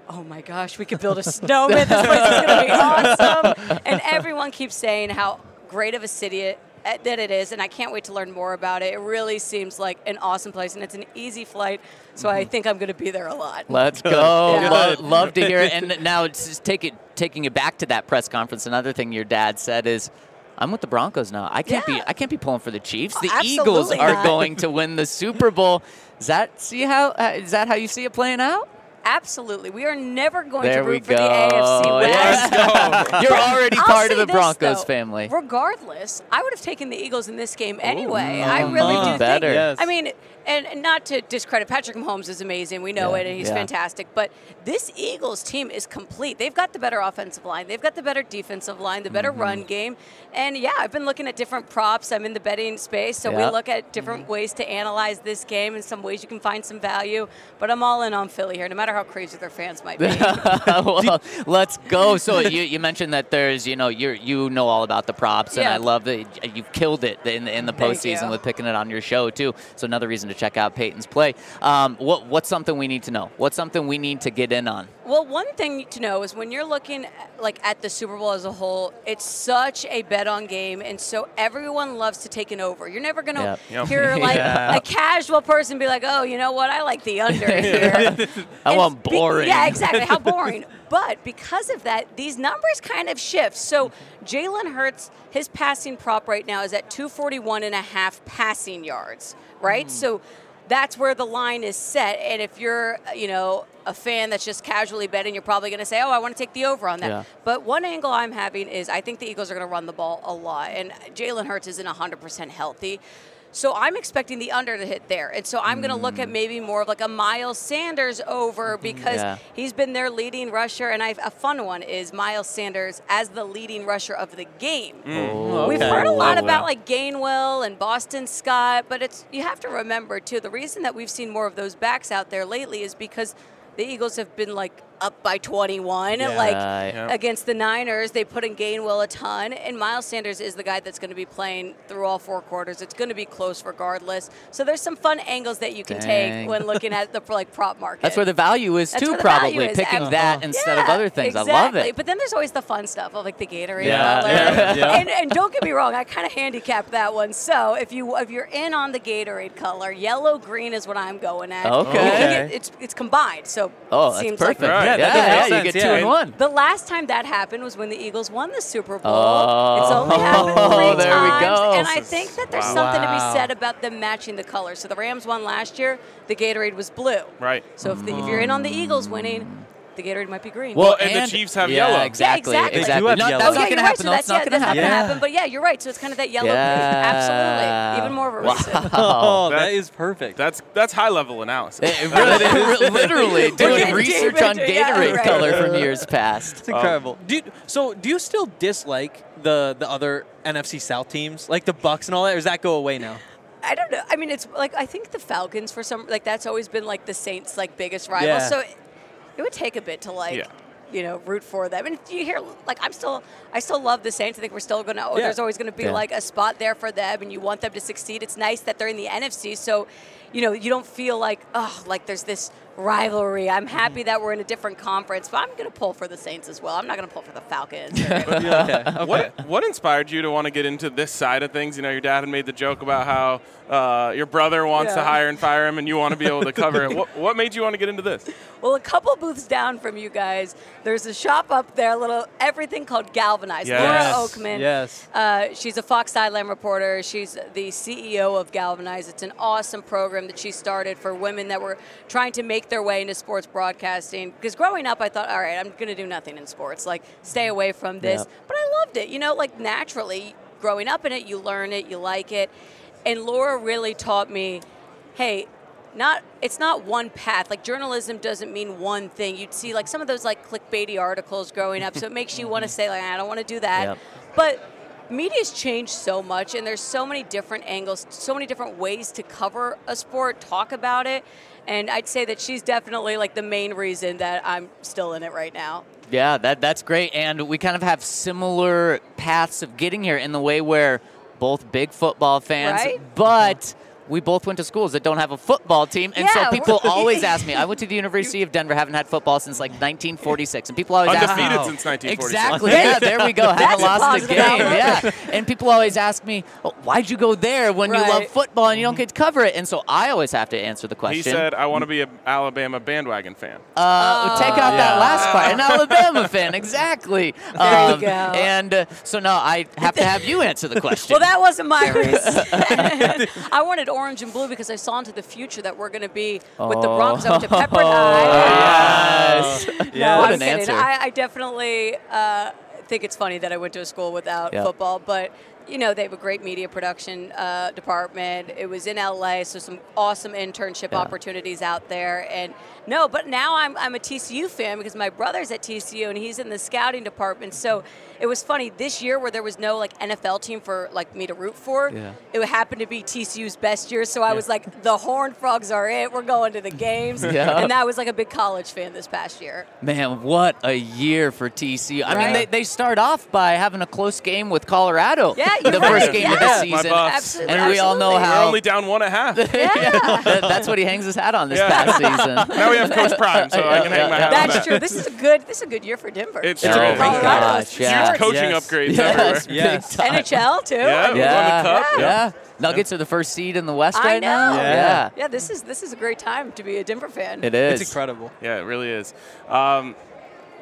S5: Oh my gosh, we could build a snowman. This place is going to be awesome. And everyone keeps saying how great of a city it, eh, that it is, and I can't wait to learn more about it. It really seems like an awesome place, and it's an easy flight, so
S3: Mm-hmm.
S5: I think I'm going to be there a lot.
S3: Let's go.
S5: Yeah.
S3: Lo- love to hear it. And now it's just take it, taking it back to that press conference. Another thing your dad said is, "I'm with the Broncos now. I can't be.
S5: Yeah.
S3: I can't be pulling for the Chiefs. The
S5: Oh,
S3: Eagles
S5: absolutely
S3: are
S5: not."
S3: going to win the Super Bowl." Is that see how? uh, Is that how you see it playing out?
S5: Absolutely. We are never going
S3: There
S5: to
S3: we
S5: root for the
S3: go.
S5: AFC West.
S3: Yes. You're already
S5: I'll
S3: part of
S5: say
S3: the
S5: this,
S3: Broncos
S5: though.
S3: family.
S5: Regardless, I would have taken the Eagles in this game anyway. I really
S3: Even
S5: do
S3: uh-huh. better.
S5: think.
S2: Yes.
S5: I mean, and and not to discredit Patrick Mahomes is amazing. We know
S3: Yeah,
S5: it, and he's
S3: yeah.
S5: fantastic. But this Eagles team is complete. They've got the better offensive line. They've got the better defensive line. The
S3: Mm-hmm.
S5: better run game. And yeah, I've been looking at different props. I'm in the betting space, so
S3: Yeah. Mm-hmm.
S5: we look at different ways to analyze this game and some ways you can find some value. But I'm all in on Philly here, no matter how crazy their fans might be.
S3: well, let's go. So you, you mentioned that there's, you know, you you know all about the props, and
S5: Yeah.
S3: I love that you've killed it in the, in the
S5: Thank
S3: postseason
S5: you.
S3: with picking it on your show too. So another reason to check out Peyton's play. Um, what what's something we need to know? What's something we need to get in on?
S5: Well, one thing to know is when you're looking at, like at the Super Bowl as a whole, it's such a bet on game, and so everyone loves to take an over. You're never gonna
S3: Yep.
S1: Yep.
S5: hear like
S3: Yeah.
S5: a casual person be like, "Oh, you know what? I like the under here."
S3: I
S5: And
S3: want
S5: be-
S3: boring.
S5: yeah, exactly. How boring. but because of that, these numbers kind of shift. So Jalen Hurts, his
S3: Hmm.
S5: passing prop right now is at 241 and a half passing yards, right? So that's where the line is set. And if you're, you know, a fan that's just casually betting, you're probably going to say, "Oh, I want to take the over on that."
S3: Yeah.
S5: But one angle I'm having is I think the Eagles are going to run the ball a lot, and Jalen Hurts isn't 100% healthy. So I'm expecting the under to hit there, and so I'm going to look
S3: Mm.
S5: at maybe more of like a Miles Sanders over because
S3: Mm-hmm. Yeah.
S5: he's been their leading rusher, and I've, a fun one is Miles Sanders as the leading rusher of the game. We've
S3: okay.
S5: heard a lot
S3: Mm. Love
S5: about
S3: that.
S5: like Gainwell and Boston Scott, but it's you have to remember too the reason that we've seen more of those backs out there lately is because the Eagles have been like up by 21, like
S3: Right.
S5: against the Niners. They put in Gainwell a ton, and Miles Sanders is the guy that's going to be playing through all four quarters. It's going to be close regardless. So there's some fun angles that you can
S3: Dang.
S5: take when looking at the like prop market.
S3: That's where the value is
S5: That's
S3: too,
S5: where the value
S3: probably.
S5: is,
S3: Picking
S5: ab-
S3: that instead of
S5: Yeah,
S3: other things.
S5: Exactly.
S3: I love it.
S5: But then there's always the fun stuff of like the Gatorade
S3: Yeah,
S5: color.
S3: yeah, yeah.
S5: And, and don't get me wrong, I kind of handicapped that one. So if you if you're in on the Gatorade color, yellow green is what I'm going at.
S3: Okay.
S5: You can get-
S2: Okay.
S5: it's it's combined. So
S3: oh, that's
S5: seems
S3: perfect.
S5: like
S1: Right.
S3: Yeah,
S1: that
S2: doesn't
S3: yeah,
S2: make
S3: you
S2: sense,
S3: get two
S2: yeah.
S3: and one.
S5: the last time that happened was when the Eagles won the Super Bowl.
S3: Oh.
S5: it's only happened three
S3: There we
S5: times,
S3: go.
S5: and I think that there's
S1: Wow.
S5: something to
S3: Wow.
S5: be said about them matching the color. So the Rams won last year. The Gatorade was blue.
S1: Right.
S5: So if, the, if you're in on the Eagles winning, the Gatorade might be green.
S1: Well, and the Chiefs have
S3: yeah,
S1: yellow.
S3: Exactly.
S5: Yeah, exactly.
S3: exactly.
S2: They do have
S3: No,
S2: yellow.
S3: That's not
S5: oh,
S3: going to
S5: yeah, you're right.
S3: happen.
S5: So
S3: though.
S5: that's,
S3: It's not
S5: yeah,
S3: going to
S5: that's
S3: happen.
S5: not
S2: Yeah.
S5: gonna happen. But yeah, you're right. So it's kind of that yellow
S3: Yeah.
S5: green. Absolutely. Even more of a reason.
S3: Wow.
S2: that is perfect.
S1: That's that's high level analysis.
S3: It really, literally doing
S5: at
S3: research
S5: David,
S3: on
S5: yeah,
S3: Gatorade
S5: right.
S3: color from years past.
S2: It's incredible. do you, so do you still dislike the the other NFC South teams, like the Bucks and all that, or does that go away now?
S5: I don't know. I mean, it's like I think the Falcons for some like that's always been like the Saints' like biggest rival.
S2: Yeah.
S5: So it, it would take a bit to like.
S1: Yeah.
S5: You know, root for them, and you hear like I'm still, I still love the Saints. I think we're still gonna. Oh,
S2: Yeah.
S5: There's always gonna be
S3: Yeah.
S5: like a spot there for them, and you want them to succeed. It's nice that they're in the NFC, so you know you don't feel like oh, like there's this rivalry. I'm happy that we're in a different conference, but I'm gonna pull for the Saints as well. I'm not gonna pull for the Falcons. or-
S2: Yeah, okay.
S1: What what inspired you to want to get into this side of things? You know, your dad had made the joke about how uh, your brother wants to
S5: Yeah.
S1: hire and fire him, and you want to be able to cover it. What, what made you want to get into this?
S5: Well, a couple booths down from you guys, there's a shop up there, a little everything called Galvanized.
S1: Yes.
S5: Laura Oakman.
S2: Yes.
S5: Uh, she's a Fox Sideline reporter. She's the CEO of Galvanize. It's an awesome program that she started for women that were trying to make their way into sports broadcasting. Because growing up, I thought, all right, I'm going to do nothing in sports, like stay away from this.
S3: Yeah.
S5: But I loved it. You know, like naturally, growing up in it, you learn it, you like it. And Laura really taught me, hey, not it's not one path. Like journalism doesn't mean one thing. You'd see like some of those like clickbaity articles growing up, so it makes you want to say like I don't want to do that.
S3: Yep.
S5: But media's changed so much and there's so many different angles, so many different ways to cover a sport, talk about it. And I'd say that she's definitely like the main reason that I'm still in it right now.
S3: Yeah, that that's great, and we kind of have similar paths of getting here in the way where both big football fans,
S5: Right?
S3: but. We both went to schools that don't have a football team, and
S5: Yeah,
S3: so people
S5: we're-
S3: always ask me. I went to the University of Denver, haven't had football since like 1946, and people always
S1: Undefeated
S3: ask me,
S1: since 1946.
S3: Exactly. Yeah, there we go.
S5: That's
S3: Haven't
S5: a
S3: lost a
S5: positive
S3: game.
S5: outlook.
S3: Yeah, and people always ask me, oh, "Why'd you go there when you love
S5: Right.
S3: football and you don't get to cover it?" And so I always have to answer the question.
S1: He said, "I want to be an Alabama bandwagon fan."
S3: Uh,
S5: Oh.
S3: take out that
S2: yeah.
S3: last part. An Alabama fan, exactly.
S5: There you
S3: Um,
S5: go.
S3: And uh, so now I have to have you answer the question.
S5: Well, that wasn't my reason. I wanted orange and blue because I saw into the future that we're going to be with the Broncos up to Pepperdine.
S3: Oh. yes.
S5: No,
S3: What
S5: I'm
S3: an
S5: kidding.
S3: answer.
S5: I, I definitely uh, think it's funny that I went to a school without
S3: Yeah.
S5: football, but you know they have a great media production uh, department. It was in LA, so some awesome internship opportunities out there. And no, but now I'm I'm a TCU fan because my brother's at TCU and he's in the scouting department. So it was funny this year where there was no like NFL team for like me to root for.
S3: Yeah.
S5: It happened to be TCU's best year, so I was like, the Horned Frogs are it. We're going to the games,
S3: Yeah.
S5: and I was like a big college fan this past year.
S3: Man, what a year for TCU. I mean,
S5: Right.
S3: they, they start off by having a close game with Colorado.
S5: Yeah, you're
S3: The
S5: right.
S3: first game of the
S5: Yeah.
S1: My
S3: season.
S1: Buffs.
S5: Absolutely.
S3: And we all know
S5: Absolutely.
S3: how-
S1: We're
S3: Oh.
S1: only down one and a half.
S3: That- that's what he hangs his hat on this
S1: Yeah.
S3: past season.
S1: now we have Coach Prime, so I can hang my hat on
S5: That's
S1: that.
S5: true. This is a good. This is a good year for Denver.
S1: It's
S3: Oh
S1: true.
S3: my
S1: Colorado.
S3: gosh,
S1: Huge
S3: yeah.
S1: coaching
S2: Yes.
S1: upgrades everywhere.
S3: Yes, big
S2: Yes.
S3: time.
S5: NHL too.
S1: Yeah, we won the cup.
S3: Yeah.
S1: Yeah.
S3: Nuggets are the first seed in the West
S5: I
S3: right
S5: know.
S3: now.
S2: Yeah.
S5: Yeah, this is this is a great time to be a Denver fan.
S3: It is.
S2: It's incredible.
S1: Yeah, it really is. Um,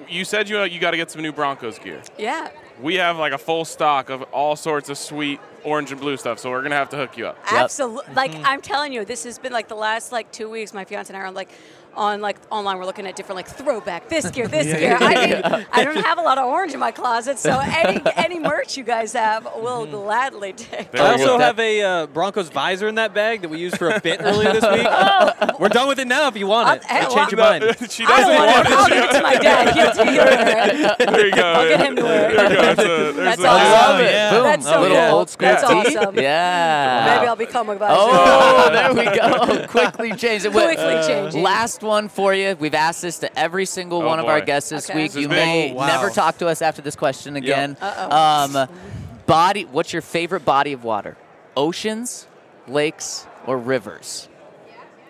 S1: you said you know, you got to get some new Broncos gear.
S5: Yeah.
S1: We have like a full stock of all sorts of sweet orange and blue stuff, so we're gonna have to hook you up.
S5: Absolutely. Like I'm telling you, this has been like the last like two weeks. My fiance and I are like on like online. We're looking at different like throwback this gear, this gear. I, mean, I don't have a lot of orange in my closet, so any any merch you guys have, we'll gladly take.
S2: I
S1: Very
S2: also
S3: good.
S2: have a uh, Broncos visor in that bag that we used for a bit earlier this week.
S3: Oh.
S2: We're done with it now if you want it.
S5: I'll-
S2: Or change your
S5: I'll-
S2: mind.
S1: she
S5: I
S1: doesn't
S5: don't want
S1: want
S5: it.
S1: it.
S5: I'll give it to my dad. He'll take it.
S1: There you go.
S5: I'll get him to wear it.
S1: There you go. It's a- there's
S5: That's
S1: a-
S5: awesome.
S3: I love it.
S2: yeah.
S3: Boom.
S5: That's so
S3: a little
S5: cool.
S3: old school
S5: That's
S3: tea.
S5: awesome.
S3: Yeah.
S5: Maybe I'll become a visor.
S3: Oh, there we go. Quickly change it. Wait,
S5: Quickly changing.
S3: Last one for you. We've asked this to every single
S1: Oh,
S3: one of our
S1: boy.
S3: guests this
S5: Okay.
S3: week.
S5: This is
S3: You
S1: big.
S3: may
S2: Oh, wow.
S3: never talk to us after this question again.
S5: Uh-oh.
S3: Um, body. What's your favorite body of water? Oceans, lakes, or rivers?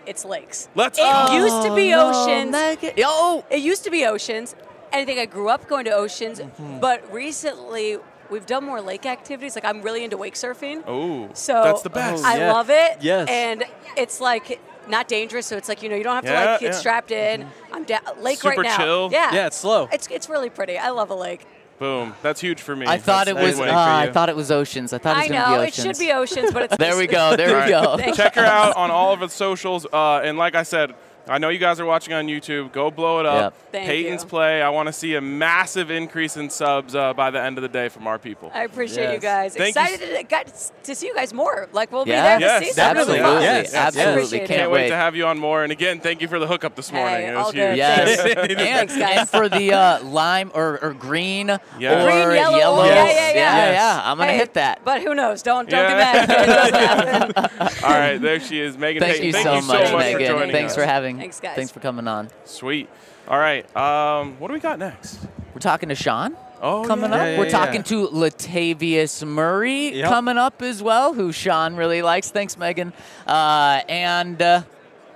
S5: It's lakes.
S1: Let's
S5: It
S1: go.
S5: used to be oceans.
S3: Oh,
S5: It used to be oceans. And I think I grew up going to oceans,
S3: Mm-hmm.
S5: but recently we've done more lake activities. Like I'm really into wake surfing.
S1: Ooh,
S5: So
S1: Oh, that's the best.
S5: I
S2: yeah.
S5: love it.
S2: Yes.
S5: And it's like not dangerous, so it's like you know you don't have to
S1: Yeah,
S5: like get
S1: yeah. Mm-hmm.
S5: strapped in. I'm down lake
S1: Super
S5: right now.
S1: chill.
S5: Yeah.
S2: Yeah, it's slow.
S5: It's it's really pretty. I love a lake.
S1: Boom. That's huge for me.
S3: I thought it
S1: That's
S3: was.
S1: big
S3: Uh,
S1: win for
S3: I
S1: you.
S3: thought it was oceans. I thought it
S5: I
S3: was gonna
S5: know
S3: be
S5: it
S3: oceans.
S5: should be oceans, but it's
S3: There we go. There we go.
S1: All
S5: Thank
S1: Check her out on all of the socials. Uh, and like I said, I know you guys are watching on YouTube. Go blow it up.
S5: Yep. Thank
S1: Peyton's
S5: you.
S1: play. I want to see a massive increase in subs uh, by the end of the day from our people.
S5: I appreciate you guys.
S2: Yes.
S1: Thank you s-
S5: Excited to, got to see you guys more. Like we'll
S3: Yeah.
S5: be there
S1: Yes,
S5: this season.
S3: Absolutely.
S2: Definitely. Yes.
S3: Absolutely.
S5: Appreciate it.
S3: Can't,
S1: Can't wait. to have you on more. And again, thank you for the hookup this morning.
S5: Hey,
S1: it
S5: all
S1: was
S5: good.
S1: huge.
S3: Yes.
S5: Thanks.
S3: and,
S5: Thanks, guys.
S3: and for the uh, lime or, or green
S1: Yeah.
S3: or
S5: Green, yellow, oh,
S3: yellow.
S5: yeah, yeah, yeah.
S3: yeah,
S2: Yes.
S3: yeah. I'm going to
S5: Hey,
S3: hit that.
S5: But who knows? Don't don't
S1: Yeah.
S5: get mad. if it doesn't happen.
S1: All right, there she is, Megan.
S3: Thank
S1: Payton.
S3: you
S1: thank
S3: so
S1: you so
S3: much,
S1: much
S3: Megan.
S1: for joining
S3: Thanks
S1: us.
S3: for having
S5: Thanks, guys.
S3: Thanks for coming on.
S1: Sweet. All right. Um, what do we got next?
S3: We're talking to Sean.
S1: Oh,
S3: coming
S1: yeah.
S3: up.
S2: Yeah, yeah,
S3: We're
S2: yeah.
S3: talking to Latavius Murray
S2: Yep.
S3: coming up as well, who Sean really likes. Thanks, Megan. Uh, and uh,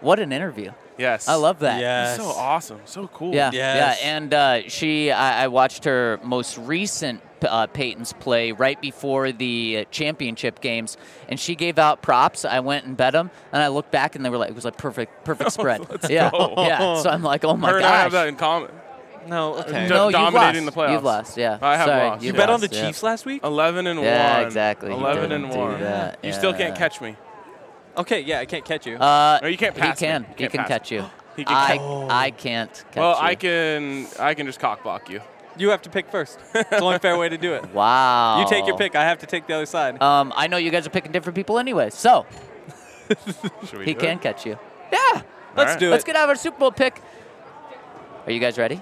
S3: what an interview.
S1: Yes.
S3: I love that.
S2: Yes.
S1: So awesome. So cool.
S3: Yeah,
S2: Yes.
S3: yeah, and uh, she, I, I watched her most recent uh, Peyton's play right before the championship games, and she gave out props. I went and bet them, and I looked back, and they were like, it was like perfect, perfect spread. yeah,
S1: go.
S3: yeah. So I'm like, oh my
S1: Her and I have
S3: gosh.
S1: that in common.
S2: No, okay.
S1: No.
S3: you've
S1: dominating
S3: lost.
S1: the playoffs.
S3: You've lost, yeah.
S1: I have
S3: Sorry,
S1: lost,
S3: you've
S2: You bet on the
S3: lost, yeah.
S2: Chiefs last week?
S1: 11 and 1.
S3: Yeah, exactly. You
S1: 11
S3: didn't
S1: and
S3: do
S1: 1.
S3: that.
S1: You still can't
S3: Yeah.
S1: catch me.
S2: Okay, yeah, I can't catch you.
S3: Uh,
S1: No, you can't
S3: he
S1: pass me.
S3: can.
S1: You
S3: He
S1: can't
S3: can
S1: pass
S3: catch you.
S1: He can
S3: I,
S1: catch-
S3: I can't catch
S1: Well,
S3: you.
S1: I can I can just cock block you.
S2: you have to pick first. It's the only fair way to do it.
S3: Wow.
S2: You take your pick. I have to take the other side.
S3: Um, I know you guys are picking different people anyway, so
S1: Should we
S3: he
S1: do
S3: can
S1: It?
S3: catch you. Yeah.
S2: Let's
S1: right.
S2: do it.
S3: Let's get out of our Super Bowl pick. Are you guys ready?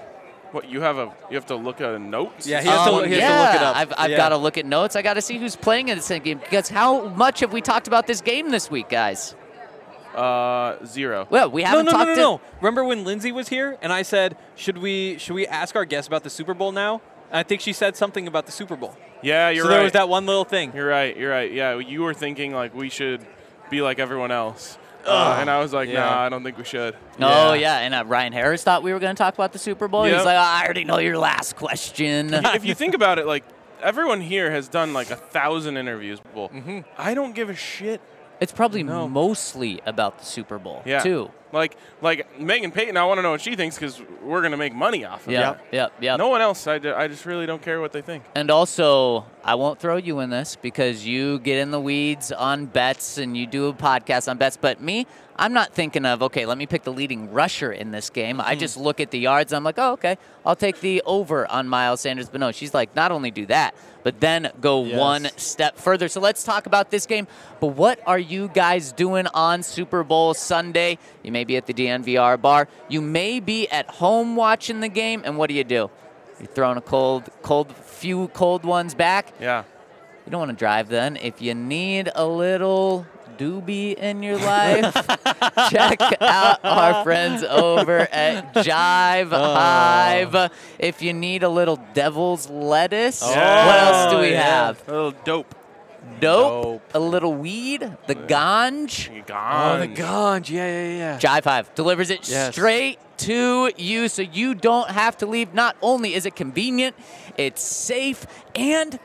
S1: What you have a you have to look at a note?
S2: Yeah, he has to-
S3: Um,
S2: he has to
S3: yeah,
S2: look it up.
S3: I've, I've
S2: Yeah.
S3: got to look at notes. I got to see who's playing in this game because how much have we talked about this game this week, guys?
S1: uh zero.
S3: Well, we haven't
S2: no, no,
S3: talked.
S2: no,
S3: to-
S2: no, no. Remember when Lindsay was here and I said, should we should we ask our guest about the Super Bowl now? And I think she said something about the Super Bowl.
S1: Yeah, you're
S2: so
S1: right.
S2: there was that one little thing.
S1: You're right. You're right. Yeah, you were thinking like we should be like everyone else. Uh, and I was like,
S2: Yeah.
S1: nah, I don't think we should.
S3: Oh
S2: Yeah.
S3: yeah, and uh, Ryan Harris thought we were going to talk about the Super Bowl.
S1: Yep.
S3: He's like, "Oh, I already know your last question.
S1: if you think about it, like everyone here has done like a thousand interviews. Well,
S2: Mm-hmm.
S1: I don't give a shit.
S3: It's probably mostly about the Super Bowl
S1: Yeah.
S3: too.
S1: Like like Megan Payton, I want to know what she thinks because we're gonna make money off of
S3: Yeah,
S1: it.
S3: yeah, yeah.
S1: No one else. I, ju- I just really don't care what they think.
S3: And also, I won't throw you in this because you get in the weeds on bets and you do a podcast on bets. But me, I'm not thinking of, okay, let me pick the leading rusher in this game. I just look at the yards. I'm like, oh, okay, I'll take the over on Miles Sanders. But no, she's like, not only do that, but then go one step further. So let's talk about this game. But what are you guys doing on Super Bowl Sunday? You may be at the DNVR bar. You may be at home watching the game. And what do you do? You're throwing a cold, cold, few cold ones back.
S1: Yeah.
S3: You don't want to drive then. If you need a little doobie in your life, check out our friends over at Jive
S1: Oh.
S3: Hive. If you need a little devil's lettuce, what else do we have?
S1: Oh, A little dope.
S3: Dope, a little weed, the ganj.
S2: Oh,
S1: Gone.
S2: the ganj. Yeah, yeah, yeah.
S3: Jive Hive delivers it
S2: Yes.
S3: straight to you so you don't have to leave. Not only is it convenient, it's safe, and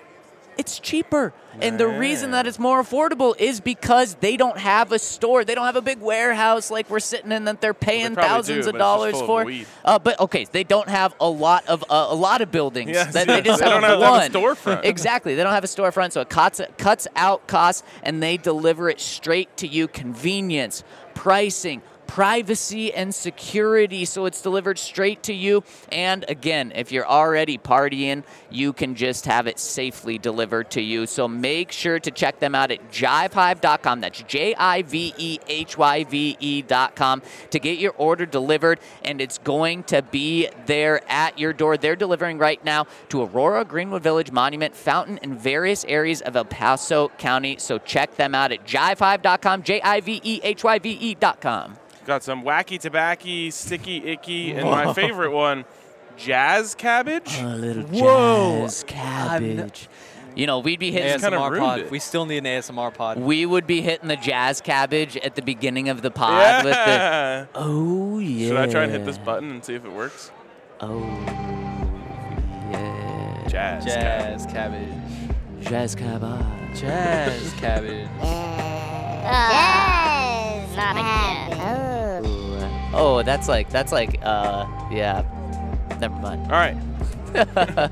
S3: it's cheaper. And the reason that it's more affordable is because they don't have a store. They don't have a big warehouse like we're sitting in that they're paying
S1: probably
S3: thousands
S1: do,
S3: of
S1: but it's just
S3: dollars
S1: full of
S3: for.
S1: weed.
S3: Uh, but okay, they don't have a lot of uh, a lot of buildings.
S1: Yes,
S3: that they
S1: yes,
S3: just
S1: they
S3: have
S1: don't have to
S3: one
S1: have a storefront.
S3: Exactly. They don't have a storefront, so it cuts cuts out costs, and they deliver it straight to you. Convenience, pricing. Privacy and security, so it's delivered straight to you. And again, if you're already partying, you can just have it safely delivered to you. So make sure to check them out at jivehive.com. E That's J I V E H Y V E.com to get your order delivered. And it's going to be there at your door. They're delivering right now to Aurora, Greenwood Village, Monument, Fountain, and various areas of El Paso County. So check them out at jivehive.com, J I E V E H Y V E.com.
S1: Got some wacky tobacco, sticky icky, and my favorite one, jazz cabbage.
S3: A little
S2: Whoa.
S3: jazz cabbage. You know, we'd be hitting
S1: kinda
S2: ASMR
S1: ruined
S2: pod.
S1: it.
S2: We still need an ASMR pod.
S3: We would be hitting the jazz cabbage at the beginning of the pod with the
S1: yeah.
S3: oh yeah.
S1: Should I try and hit this button and see if it works?
S3: Oh yeah.
S1: Jazz. cabbage.
S3: Jazz
S2: Jazz cabbage.
S3: cabbage.
S2: Jazz cabbage.
S6: Yes. Not again.
S3: Oh, that's like that's like uh yeah. Never mind.
S1: All right.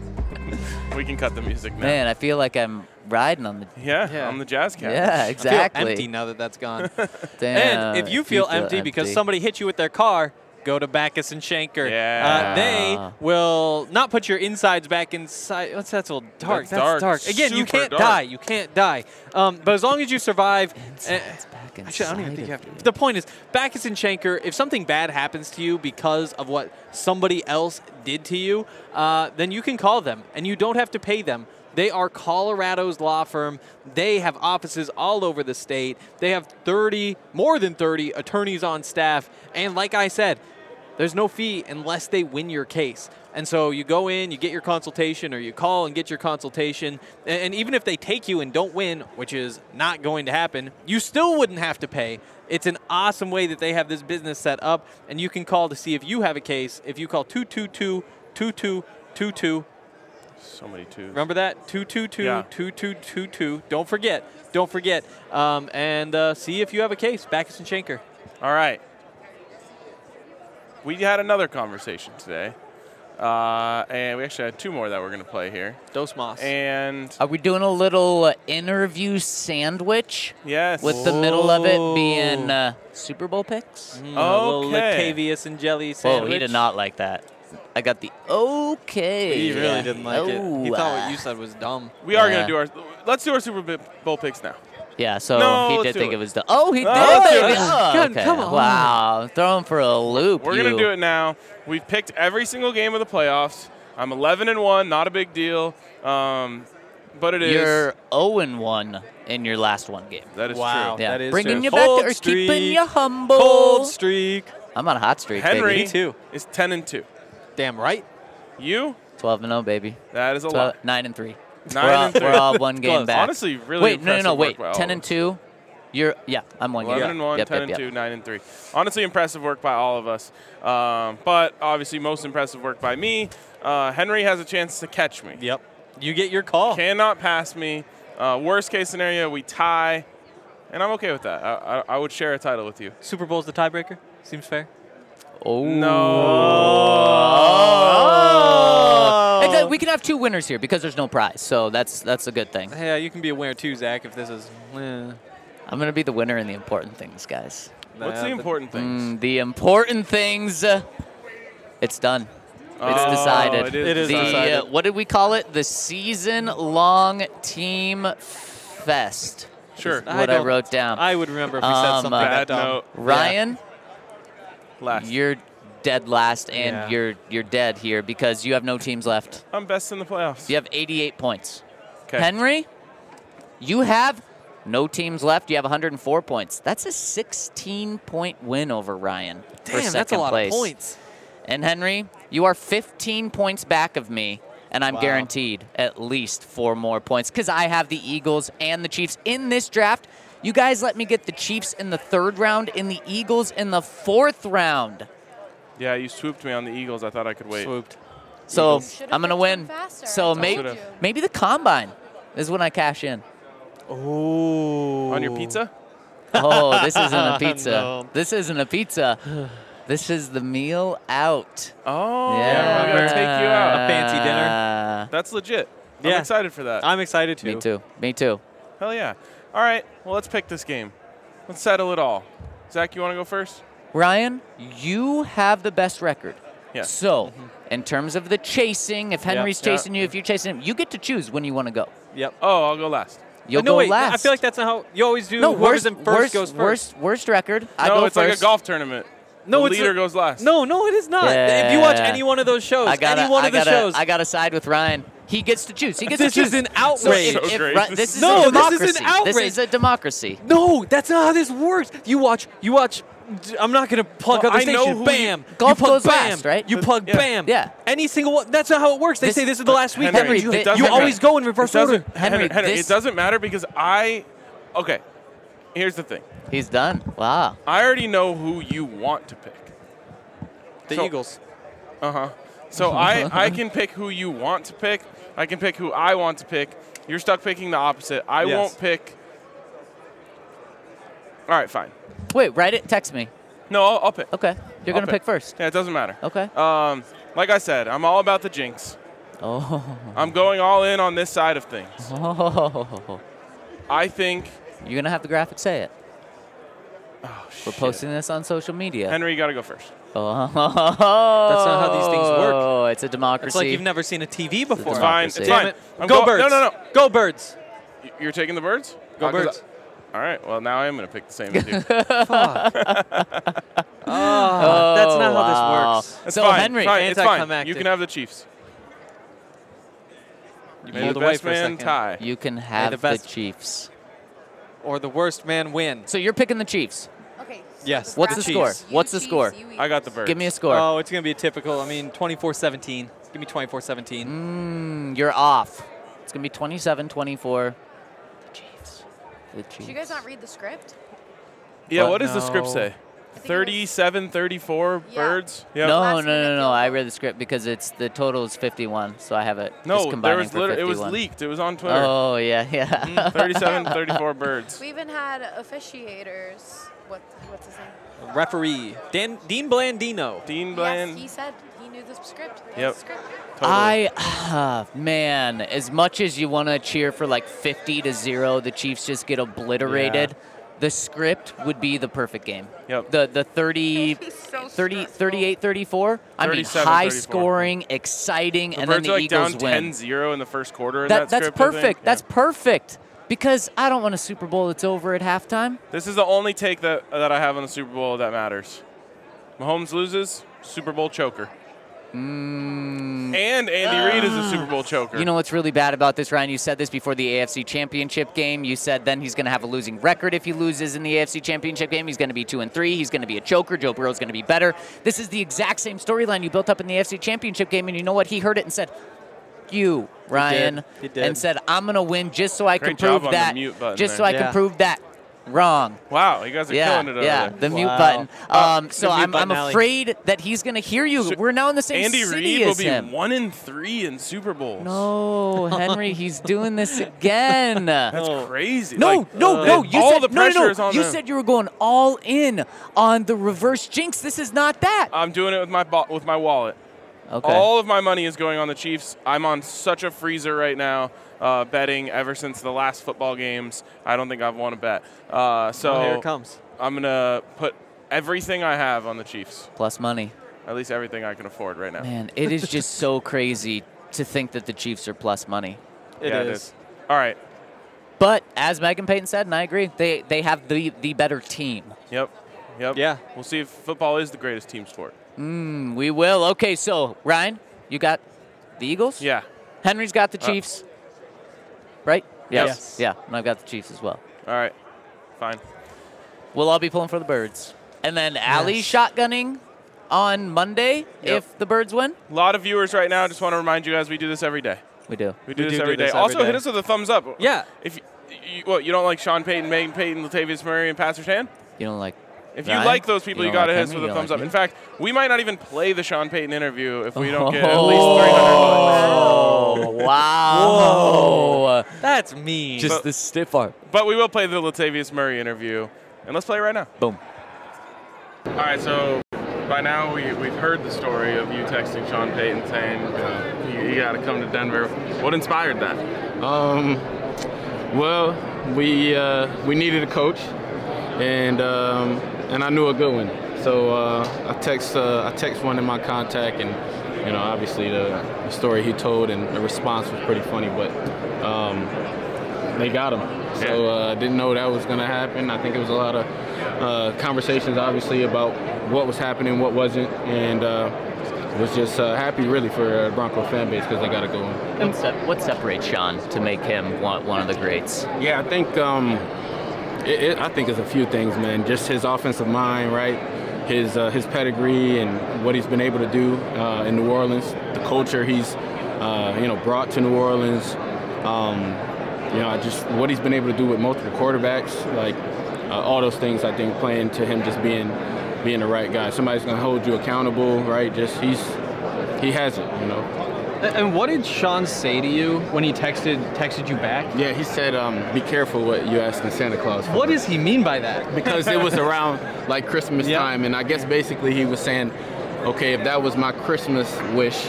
S1: we can cut the music now.
S3: Man, I feel like I'm riding on the
S1: Yeah,
S2: Yeah.
S1: I'm the jazz cabbage.
S3: yeah
S2: I feel
S3: exactly.
S2: empty now that that's gone.
S3: Damn,
S2: and if you feel empty, because somebody hit you with their car, go to Backus and Shanker.
S1: Yeah.
S2: Uh, they will not put your insides back inside. What's that? Little dark.
S1: That's
S2: That's
S1: dark.
S2: dark. Again, you
S1: Super
S2: can't
S1: dark.
S2: die. You can't die. Um, but as long as you survive. uh,
S3: back
S2: Actually, I don't even
S3: inside
S2: think you
S3: of
S2: have to. The point is, Backus and Shanker, if something bad happens to you because of what somebody else did to you, uh, then you can call them and you don't have to pay them. They are Colorado's law firm. They have offices all over the state. They have 30, more than 30 attorneys on staff. And like I said, there's no fee unless they win your case. And so you go in, you get your consultation, or you call and get your consultation. A- And even if they take you and don't win, which is not going to happen, you still wouldn't have to pay. It's an awesome way that they have this business set up, and you can call to see if you have a case. If you call 222 2222,
S1: So many twos.
S2: remember that? 222 2222. Don't forget, don't forget. Um, and uh, see if you have a case. Backus and Shanker.
S1: All right. We had another conversation today. Uh, and we actually had two more that we're going to play here.
S2: Dos Mas.
S1: And
S3: Are we doing a little uh, interview sandwich
S1: yes.
S3: with the middle of it being uh, Super Bowl picks?
S2: Mm, a little
S1: Okay.
S2: Latavius and jelly
S3: Whoa,
S2: sandwich.
S3: he did not like that. I got the okay.
S2: He really didn't like it. He
S3: Oh,
S2: thought what
S3: uh,
S2: you said was dumb.
S1: we are
S3: Yeah.
S1: going to do our. Let's do our Super Bowl picks now.
S3: Yeah, so
S1: No,
S3: he
S1: let's
S3: did
S1: do
S3: think
S1: it.
S3: it was the. Oh, he did.
S1: let's do
S3: baby.
S1: it.
S3: Oh,
S2: God,
S3: okay.
S2: come on.
S3: Wow, throw him for a loop.
S1: We're gonna
S3: you.
S1: do it now. We've picked every single game of the playoffs. I'm 11 and one. Not a big deal. Um, but it is.
S3: You're 0 and 1 in your last one game.
S1: that is
S2: Wow.
S1: true.
S3: Yeah,
S2: That is
S3: bringing
S2: true.
S3: you back
S2: Cold
S3: to earth, keeping
S2: streak.
S3: you humble.
S2: Cold streak.
S3: I'm on a hot streak,
S1: Henry
S3: baby.
S2: Me too.
S1: is 10 and two.
S2: Damn right.
S1: You?
S3: 12 and 0, baby.
S1: That is a lot.
S3: 12, 9 and 3.
S1: Nine
S3: we're, all,
S1: and three.
S3: we're all one game
S2: Close.
S3: back.
S1: Honestly, really
S3: wait, no, no, no,
S1: impressive
S3: wait.
S1: work by all
S3: 10 and
S1: of us.
S3: 2. You're yeah, I'm one
S1: 11
S3: game.
S1: and
S3: back.
S1: 1,
S3: Yep,
S1: 10
S3: yep,
S1: and
S3: yep.
S1: 2, 9 and 3. Honestly, impressive work by all of us. Um, but obviously, most impressive work by me. Uh, Henry has a chance to catch me.
S2: Yep. You get your call.
S1: Cannot pass me. Uh, worst case scenario, we tie. And I'm okay with that. I, I, I would share a title with you.
S2: Super Bowl's the tiebreaker. Seems fair.
S3: Oh.
S1: No.
S3: It's like we can have two winners here because there's no prize, so that's that's a good thing.
S2: Yeah, you can be a winner too, Zach. If this is. eh.
S3: I'm gonna be the winner in the important things, guys.
S1: What's the important things?
S3: Mm, the important things. uh, It's done. It's
S1: Oh,
S3: decided.
S1: it is
S2: It is
S3: the,
S2: decided.
S3: Uh, what did we call it? The season-long team fest.
S1: Sure.
S3: What I,
S2: don't-
S3: wrote down.
S2: I would remember if we said
S3: Um,
S2: something
S3: uh,
S1: Bad
S2: that dumb.
S1: note.
S3: Ryan,
S1: Last.
S3: you're dead last, and
S2: Yeah.
S3: you're you're dead here because you have no teams left.
S1: I'm best in the playoffs.
S3: You have 88 points.
S1: 'Kay.
S3: Henry, you have no teams left. You have 104 points. That's a 16 point win over Ryan. for
S2: Damn, that's a
S3: second
S2: lot
S3: place.
S2: of points.
S3: And Henry, you are 15 points back of me, and I'm guaranteed at least four more points because I have the Eagles and the Chiefs in this draft. You guys let me get the Chiefs in the third round and the Eagles in the fourth round.
S1: Yeah, you swooped me on the Eagles. I thought I could wait.
S2: Swooped.
S3: So
S6: Should've
S3: I'm gonna
S6: picked him
S3: win.
S6: faster, I
S3: So
S6: told
S3: maybe
S1: you.
S3: maybe the combine. This is when I cash in.
S2: Oh.
S1: on your pizza?
S3: Oh, this isn't a pizza.
S2: No.
S3: This isn't a pizza. This is the meal out.
S1: Oh, yeah, we're gonna take you out.
S2: A fancy
S3: Uh,
S2: dinner.
S1: That's legit.
S2: Yeah.
S1: I'm excited for that.
S2: I'm excited too.
S3: Me too. Me too.
S1: Hell yeah. All right. Well, let's pick this game. Let's settle it all. Zach, you want to go first?
S3: Ryan, you have the best record.
S1: Yeah.
S3: So, in terms of the chasing, if Henry's
S1: yeah.
S3: chasing you, if you're chasing him, you get to choose when you want to go.
S2: Yep.
S1: Oh, I'll go last.
S3: You'll
S2: no,
S3: go
S2: wait,
S3: last.
S2: I feel like that's not how you always do.
S3: no,
S2: whoever's
S3: worst,
S2: in first
S3: worst,
S2: goes first.
S3: worst, worst record. I
S1: no,
S3: go
S1: it's
S3: first.
S1: like a golf tournament.
S2: No,
S1: the
S2: it's
S1: leader
S2: a-
S1: goes last.
S2: No, no, it is not. If you watch any one of those shows,
S3: I gotta,
S2: any one
S3: I
S2: of the
S3: gotta,
S2: shows,
S3: I gotta side with Ryan. He gets to choose. He gets
S2: This
S3: to choose.
S2: is an
S3: So
S2: outrage.
S3: if-
S1: So
S3: if
S1: great.
S3: Ry- this is a
S2: No, this
S3: democracy.
S2: is an
S3: This is a democracy.
S2: no, that's not how this works. You watch, you watch. I'm not gonna plug
S1: Well,
S2: other
S1: I know
S2: stations.
S1: who
S2: Bam.
S1: you-
S2: You
S3: Golf
S2: plug
S3: goes
S2: bam.
S3: last, right?
S2: You
S3: But-
S2: plug
S1: yeah.
S2: bam.
S3: Yeah.
S2: Any single one. That's not how it works. They
S3: This-
S2: say this is the last week.
S3: Henry,
S1: Henry, it
S3: thi-
S1: doesn't
S2: you
S3: Henry,
S2: always go in reverse
S1: It doesn't,
S2: order.
S1: Henry,
S3: Henry,
S1: Henry,
S3: this-
S1: it doesn't matter because I. Okay, here's the thing.
S3: He's done. Wow.
S1: I already know who you want to pick.
S2: The
S1: So-
S2: Eagles.
S1: Uh huh. So I, I can pick who you want to pick. I can pick who I want to pick. You're stuck picking the opposite. I
S2: Yes.
S1: won't pick. All right, fine.
S3: Wait, write it. Text me.
S1: No, I'll, I'll pick.
S3: Okay. You're
S1: I'll
S3: gonna pick first.
S1: Yeah, it doesn't matter.
S3: Okay.
S1: Um, like I said, I'm all about the jinx.
S3: Oh.
S1: I'm going all in on this side of things.
S3: Oh.
S1: I think
S3: You're gonna have the graphic say it.
S1: Oh,
S3: We're posting this on social media.
S1: Henry, you gotta go first.
S3: Oh. That's
S2: how
S3: not
S2: these things work.
S3: Oh, it's a democracy.
S2: It's like you've never seen a TV before.
S3: It's
S1: It's fine. It's
S3: Democracy.
S1: fine.
S2: Damn it.
S1: I'm
S2: Go
S1: go-
S2: birds.
S1: No, no,
S2: Go birds.
S1: no. You're taking the birds.
S2: Go
S1: Uh, 'cause
S2: birds.
S1: I- all right. Well, now I am gonna pick the same as you. Oh,
S2: Ah, that's not how this works.
S1: That's
S3: Oh, So,
S1: fine.
S3: Henry,
S1: fine. It's fine. You
S2: anticlimactic.
S1: can have the Chiefs.
S2: You
S1: May
S2: pulled
S1: the
S2: away
S1: best
S2: for a
S1: man
S2: second.
S1: tie.
S3: You can have
S2: the
S3: the,
S2: best-
S3: Chiefs.
S2: Or the worst man wins.
S3: So you're picking the Chiefs.
S7: Okay. so
S2: Yes.
S3: What's the
S7: Browns-
S3: score?
S2: Chiefs.
S7: you
S3: What's the
S7: Chiefs,
S3: score?
S7: you
S1: I got the
S7: Eagles.
S1: birds.
S3: Give me a score.
S2: Oh, it's gonna be a typical. I mean, 24-17. Give me 24-17.
S3: Mm, you're off. It's gonna be 27-24. The Chiefs. The Chiefs.
S7: Did you guys not read the script?
S1: Yeah.
S3: But
S1: What does the script
S2: no.
S1: say?
S7: was-
S1: 37, 34
S7: Yeah.
S1: birds. Yeah.
S3: No, no,
S7: Last
S3: no,
S7: minute
S3: no.
S7: field
S3: I
S7: goal.
S3: read the script because it's the total is 51, so I have it. just
S1: No, there
S3: combining
S1: was
S3: for
S1: literally it was
S3: 51.
S1: leaked. It was on Twitter. Mm.
S3: Oh yeah, yeah.
S1: 37, 34 birds.
S7: We even had officiators. What, what's his name?
S2: Referee Dan, Dean Blandino.
S1: Dean
S7: Yes, he
S1: Bland.
S7: said he knew the script. That was
S1: Yep.
S7: the script.
S1: totally.
S3: I uh, man, as much as you want to cheer for like 50 to zero, the Chiefs just get obliterated. The script would be the perfect game.
S1: Yep.
S3: The the 30,
S7: So
S3: 30 38, 34. I mean,
S1: 37,
S3: high
S1: 34.
S3: scoring, exciting,
S1: The
S3: and then
S1: birds
S3: the
S1: are like
S3: Eagles
S1: down
S3: win.
S1: 10-0 in the first quarter. in
S3: That, that's
S1: script, I think.
S3: perfect.
S1: Yeah.
S3: That's perfect because I don't want a Super Bowl that's over at halftime.
S1: This is the only take that, that I have on the Super Bowl that matters. Mahomes loses, Super Bowl choker.
S3: Mm,
S1: And Andy Reid is a
S2: Ah.
S1: Super Bowl choker.
S3: You know what's really bad about this, Ryan? You said this before the AFC Championship game. You said then he's going to have a losing record if he loses in the AFC Championship game. He's going to be two and three. He's going to be a choker. Joe Burrow's going to be better. This is the exact same storyline you built up in the AFC Championship game, and you know what? He heard it and said, "F "You, Ryan,"
S2: He did.
S3: and said, "I'm going to win just so I
S1: Great
S3: can
S1: job
S3: prove
S1: on the
S3: that.
S1: mute button
S3: just so
S1: there.
S3: I
S2: Yeah.
S3: can prove that wrong."
S1: wow, you guys are
S3: Yeah,
S1: killing it over
S3: yeah,
S1: there.
S3: the mute
S2: Wow.
S3: button.
S2: Uh,
S3: Um, so
S2: the mute
S3: I'm,
S2: button,
S3: I'm
S2: Allie.
S3: afraid that he's going to hear you.
S1: So-
S3: We're now in the same
S1: Andy
S3: city
S1: Reid will
S3: as
S1: be
S3: him.
S1: one in three in Super Bowls.
S3: No, Henry, he's doing this again. No,
S1: that's crazy.
S3: no,
S1: Like,
S3: no,
S1: all
S3: You
S1: all
S3: said
S1: the
S3: no,
S1: pressure
S3: no, no.
S1: is on
S3: you
S1: them.
S3: said you were going all in on the reverse jinx. This is not that.
S1: I'm doing it with my bo- with my wallet.
S3: Okay.
S1: All of my money is going on the Chiefs. I'm on such a freezer right now, uh, betting ever since the last football games. I don't think I've won a bet. Uh, so
S2: Oh, here it comes.
S1: I'm gonna put everything I have on the Chiefs.
S3: Plus money.
S1: At least everything I can afford right now.
S3: Man, it is just so crazy to think that the Chiefs are plus money.
S1: Yeah, All right.
S3: But as Megan Payton said, and I agree, they they have the the better team.
S1: Yep. Yep.
S2: Yeah.
S1: We'll see if football is the greatest team sport.
S3: Mm, we will. Okay, so Ryan, you got the Eagles.
S1: Yeah. Uh,
S3: Henry's got the Chiefs. right?
S1: Yes.
S3: Yeah, and I've got the Chiefs as well.
S1: All right. Fine.
S3: We'll all be pulling for the birds. And then Allie shotgunning on Monday
S1: Yep.
S3: if the birds win.
S1: A lot of viewers right now. Just want to remind you guys, we do this every day.
S3: We do.
S1: We do
S2: We
S1: this
S2: do do
S1: every day.
S2: this every
S1: also, hit
S2: day.
S1: us with a thumbs up.
S2: Yeah.
S1: If you, you, what you don't like Sean Payton, Megan Payton, Latavius Murray, and Pastor Shan.
S3: You don't like.
S1: If you
S3: Ryan?
S1: like those people, you,
S3: don't
S1: gotta
S3: like
S1: hit us
S3: Henry?
S1: with a
S3: You don't
S1: thumes
S3: like
S1: up.
S3: me?
S1: In fact, we might not even play the Sean Payton interview if we don't get at least 300 likes.
S3: Oh, wow.
S2: That That's mean.
S8: Just
S1: But-
S8: the stiff arm.
S1: But we will play the Latavius Murray interview, and let's play it right now.
S8: Boom.
S1: All right, so by now we, we've heard the story of you texting Sean Payton saying you, know, you, you got to come to Denver. What inspired that?
S9: Um, well, we uh, we needed a coach, and um, and I knew a good one. So uh, I text uh, I text one in my contact, and you know obviously the, the story he told and the response was pretty funny, but um, they got him. So uh, I didn't know that was gonna happen. I think it was a lot of uh, conversations, obviously, about what was happening, what wasn't, and uh, was just uh, happy really for uh, Bronco fan base because they got a good one.
S3: What, sep- what separates Sean to make him one, one of the greats?
S9: Yeah, I think um, it, it, I think it's a few things, man. Just his offensive mind, right? His uh, his pedigree and what he's been able to do uh, in New Orleans, the culture he's uh, you know brought to New Orleans. Um, you know, I just what he's been able to do with multiple quarterbacks, like uh, all those things. I think playing to him just being being the right guy. Somebody's gonna hold you accountable, right? Just he's he has it, you know.
S10: And what did Sean say to you when he texted texted you back?
S9: Yeah, he said, um, "Be careful what you asking Santa Claus." For.
S10: What does he mean by that?
S9: because it was around like Christmas time, and I guess basically he was saying, okay, if that was my Christmas wish,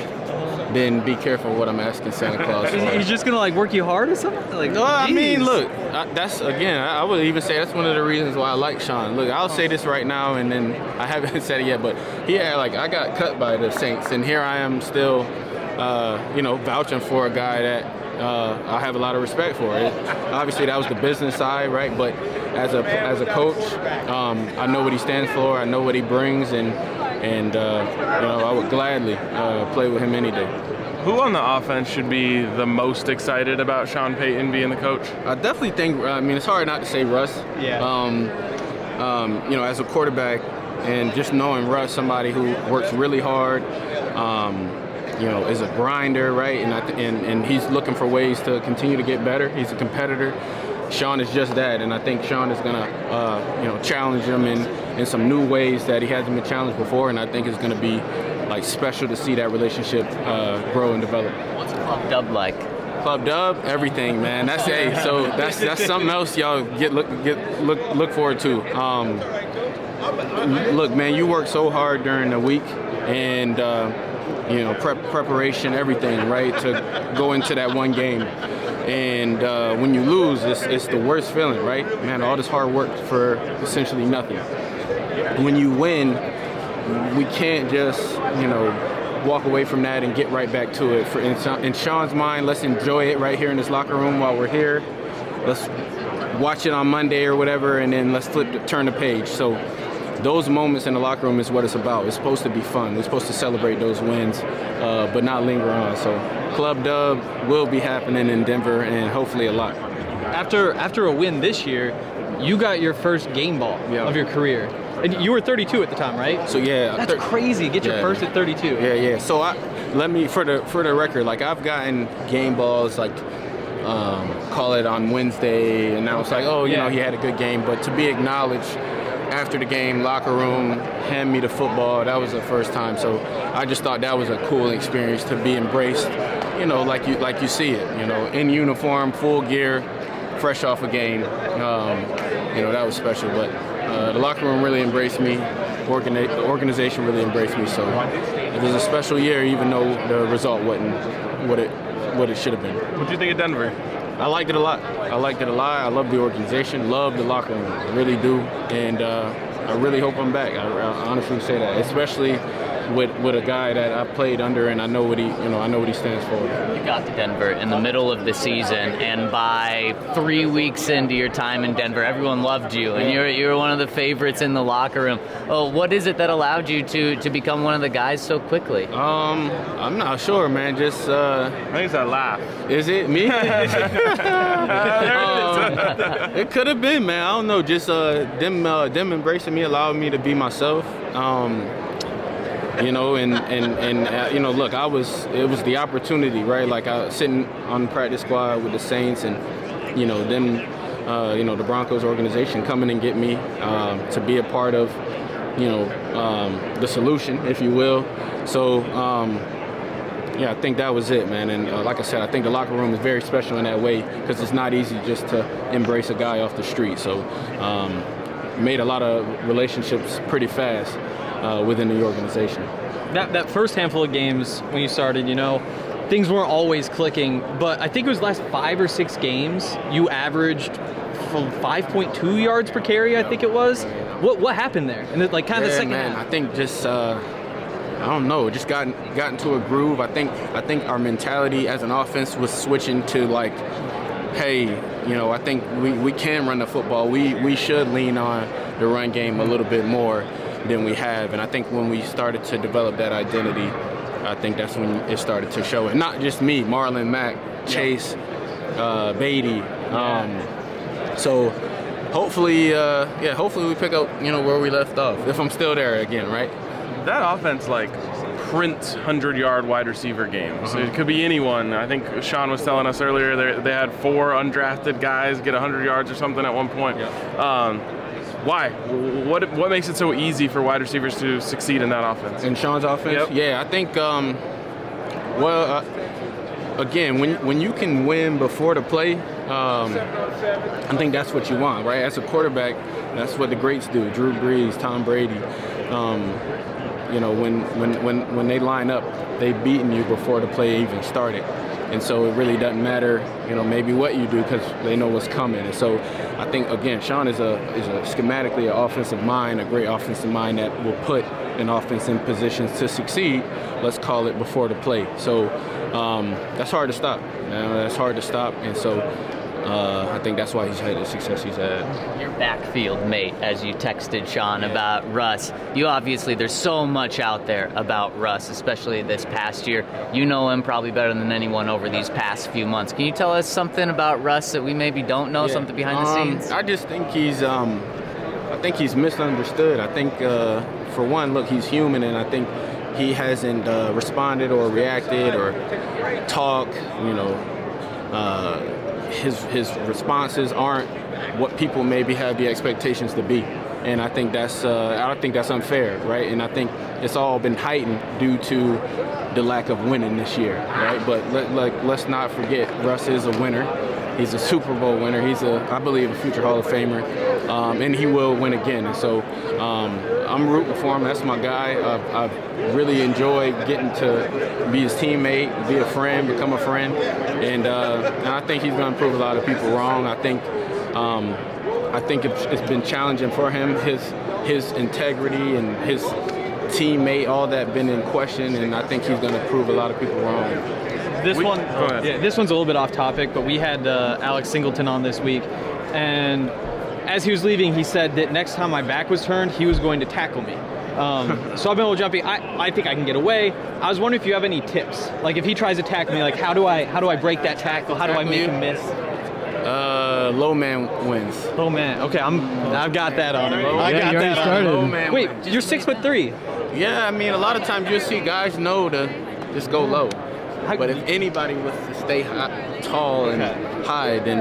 S9: then be careful what I'm asking Santa Claus for.
S10: He's just gonna like work you hard or something? Like,
S9: No, I mean,
S10: geez.
S9: look, I, that's again, I, I would even say that's one of the reasons why I like Sean. Look, I'll say this right now, and then I haven't said it yet, but he had like I got cut by the Saints, and here I am still, uh, you know, vouching for a guy that uh, I have a lot of respect for. It, obviously, that was the business side, right? But as a as a coach, um, I know what he stands for. I know what he brings, and and uh, you know, I would gladly uh, play with him any day.
S1: Who on the offense should be the most excited about Sean Payton being the coach?
S9: I definitely think. I mean, it's hard not to say Russ.
S10: Yeah.
S9: Um, um, you know, as a quarterback, and just knowing Russ, somebody who works really hard. Um, you know, is a grinder, right? And, I th- and and he's looking for ways to continue to get better. He's a competitor. Sean is just that, and I think Sean is gonna, uh, you know, challenge him in in some new ways that he hasn't been challenged before, and I think it's gonna be like special to see that relationship uh, grow and develop.
S3: What's Club Dub like?
S9: Club Dub, everything, man. That's hey, so that's that's something else y'all get look get look look forward to. Um, look, man, you work so hard during the week, and uh, you know prep, preparation, everything, right, to go into that one game. And uh, when you lose, it's, it's the worst feeling, right? Man, all this hard work for essentially nothing. When you win, we can't just you know walk away from that and get right back to it. For in, Sean- in Sean's mind, let's enjoy it right here in this locker room while we're here. Let's watch it on Monday or whatever, and then let's flip the, turn the page. So those moments in the locker room is what it's about. It's supposed to be fun. We're supposed to celebrate those wins, uh, but not linger on. So Club Dub will be happening in Denver, and hopefully a lot.
S10: After after a win this year, you got your first game ball
S9: Yeah.
S10: of your career, and you were 32 at the time, right?
S9: So yeah,
S10: That's
S9: thir-
S10: crazy. Get your
S9: Yeah.
S10: first at 32.
S9: Yeah, yeah. So I let me for the for the record, like I've gotten game balls like um, call it on Wednesday, and I was like, oh, you
S10: Yeah.
S9: know, he had a good game. But to be acknowledged after the game, locker room, hand me the football, that was the first time. So I just thought that was a cool experience to be embraced, you know, like you like you see it, you know, in uniform, full gear, fresh off a game. Um, you know, that was special. But uh, the locker room really embraced me. Organi- the organization really embraced me. So it was a special year, even though the result wasn't what it what it should have been.
S1: What do you think of Denver?
S9: I liked it a lot. I liked it a lot. I love the organization, love the locker room, I really do. And uh, I really hope I'm back. I, I honestly say that, especially with with a guy that I played under and I know what he you know I know what he stands for.
S3: You got to Denver in the middle of the season, and by three weeks into your time in Denver, everyone loved you, and you're you're one of the favorites in the locker room. Oh, what is it that allowed you to to become one of the guys so quickly?
S9: Um, I'm not sure, man. Just uh,
S1: I think it's a laugh.
S9: is it me? Um, it could have been, man. I don't know. Just uh, them uh, them embracing me, allowing me to be myself. Um, you know, and and and uh, you know, look, I was it was the opportunity, right? Like I was sitting on practice squad with the Saints, and you know them, uh, you know the Broncos organization coming and get me um, to be a part of, you know, um, the solution, if you will. So. Um, yeah, I think that was it, man. And uh, like I said, I think the locker room is very special in that way because it's not easy just to embrace a guy off the street. So, um, made a lot of relationships pretty fast uh, within the organization.
S10: that that first handful of games when you started, you know, things weren't always clicking. But I think it was the last five or six games you averaged from 5.2 yards per carry. I think it was. What what happened there? And it, like kind of the
S9: Yeah,
S10: second
S9: man,
S10: half.
S9: I think just uh, I don't know, just gotten got into a groove. I think I think our mentality as an offense was switching to like, hey, you know, I think we, we can run the football. We we should lean on the run game a little bit more than we have. And I think when we started to develop that identity, I think that's when it started to show. And not just me, Marlon Mack, Chase, uh, Beatty. Um, so hopefully, uh, yeah, hopefully we pick up you know where we left off. If I'm still there again, right?
S1: That offense like prints hundred yard wide receiver
S9: Uh-huh.
S1: games. It could be anyone. I think Sean was telling us earlier they they had four undrafted guys get hundred yards or something at one point. Um, why? W- What what makes it so easy for wide receivers to succeed in that offense?
S9: In Sean's offense? Yeah, I think. Um, well, uh, again, when when you can win before the play, um, I think that's what you want, right? As a quarterback, that's what the greats do. Drew Brees, Tom Brady. Um, you know, when, when, when, when they line up, they've beaten you before the play even started. And so it really doesn't matter, you know, maybe what you do because they know what's coming. And so I think, again, Sean is a, is a schematically an offensive mind, a great offensive mind that will put an offense in positions to succeed, let's call it before the play. So um, that's hard to stop. You know, that's hard to stop. And so uh, I think that's why he's had the success he's had.
S8: Your backfield mate, as you texted Sean about Russ. You obviously, there's so much out there about Russ, especially this past year. You know him probably better than anyone over these past few months. Can you tell us something about Russ that we maybe don't know,
S9: Yeah.
S8: something behind the
S9: Um,
S8: scenes?
S9: I just think he's, um, I think he's misunderstood. I think, uh, for one, look, he's human, and I think he hasn't uh, responded or reacted or talked. You know, uh, his his responses aren't what people maybe have the expectations to be, and I think that's uh, I don't think that's unfair, right? And I think it's all been heightened due to the lack of winning this year, right? But let, like let's not forget, Russ is a winner. He's a Super Bowl winner. He's a, I believe, a future Hall of Famer, um, and he will win again. And so um, I'm rooting for him. That's my guy. I, I really enjoy getting to be his teammate, be a friend, become a friend, and, uh, and I think he's going to prove a lot of people wrong. I think um, I think it's, it's been challenging for him. His his integrity and his teammate, all that, been in question, and I think he's going to prove a lot of people wrong.
S10: This
S9: We-
S10: one,
S9: go ahead.
S10: yeah, this one's a little bit off topic, but we had uh, Alex Singleton on this week, and as he was leaving, he said that next time my back was turned, he was going to tackle me. Um, so I've been a little jumpy. I, I think I can get away. I was wondering if you have any tips, like if he tries to tackle me, like how do I how do I break that tackle? How do I make him miss?
S9: Uh, low man wins.
S10: Low man. Okay, I'm. I've got that on him.
S9: Low
S10: I
S9: man.
S10: got
S9: Yeah, you already
S10: that
S9: started. Low
S10: on
S9: man
S10: him. Wait, you're six foot three.
S9: Yeah, I mean, a lot of times you'll see guys know to just go low. But if anybody was to stay high, tall and high, then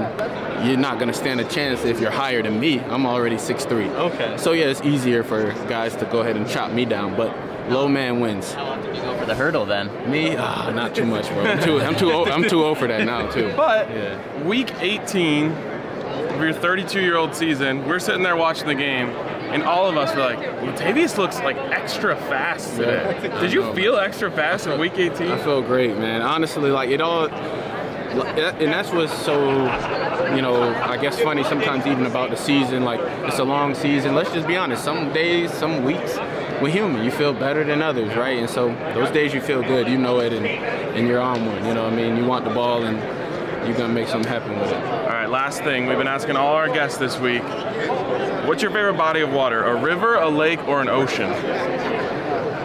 S9: you're not going to stand a chance if you're higher than me. I'm already 6'3.
S10: Okay.
S9: So, yeah, it's easier for guys to go ahead and chop me down, but low man wins. How
S8: often do you go for the hurdle then?
S9: Me? Ah, not too much, bro. I'm too, I'm too, old, I'm too old for that now, too.
S1: But
S9: yeah.
S1: week 18 of your 32 year old season, we're sitting there watching the game, and all of us were like, Latavius looks like extra fast today.
S9: Yeah. I
S1: Did you
S9: know,
S1: feel extra fast in week 18?
S9: I feel great, man. Honestly, like it all, and that's what's so, you know, I guess funny sometimes even about the season. Like it's a long season. Let's just be honest. Some days, some weeks, we're human. You feel better than others, right? And so those days you feel good, you know it, and and you're on one. You know, what I mean, you want the ball, and you're gonna make something happen with it.
S1: All right, last thing. We've been asking all our guests this week what's your favorite body of water? A river, a lake, or an ocean?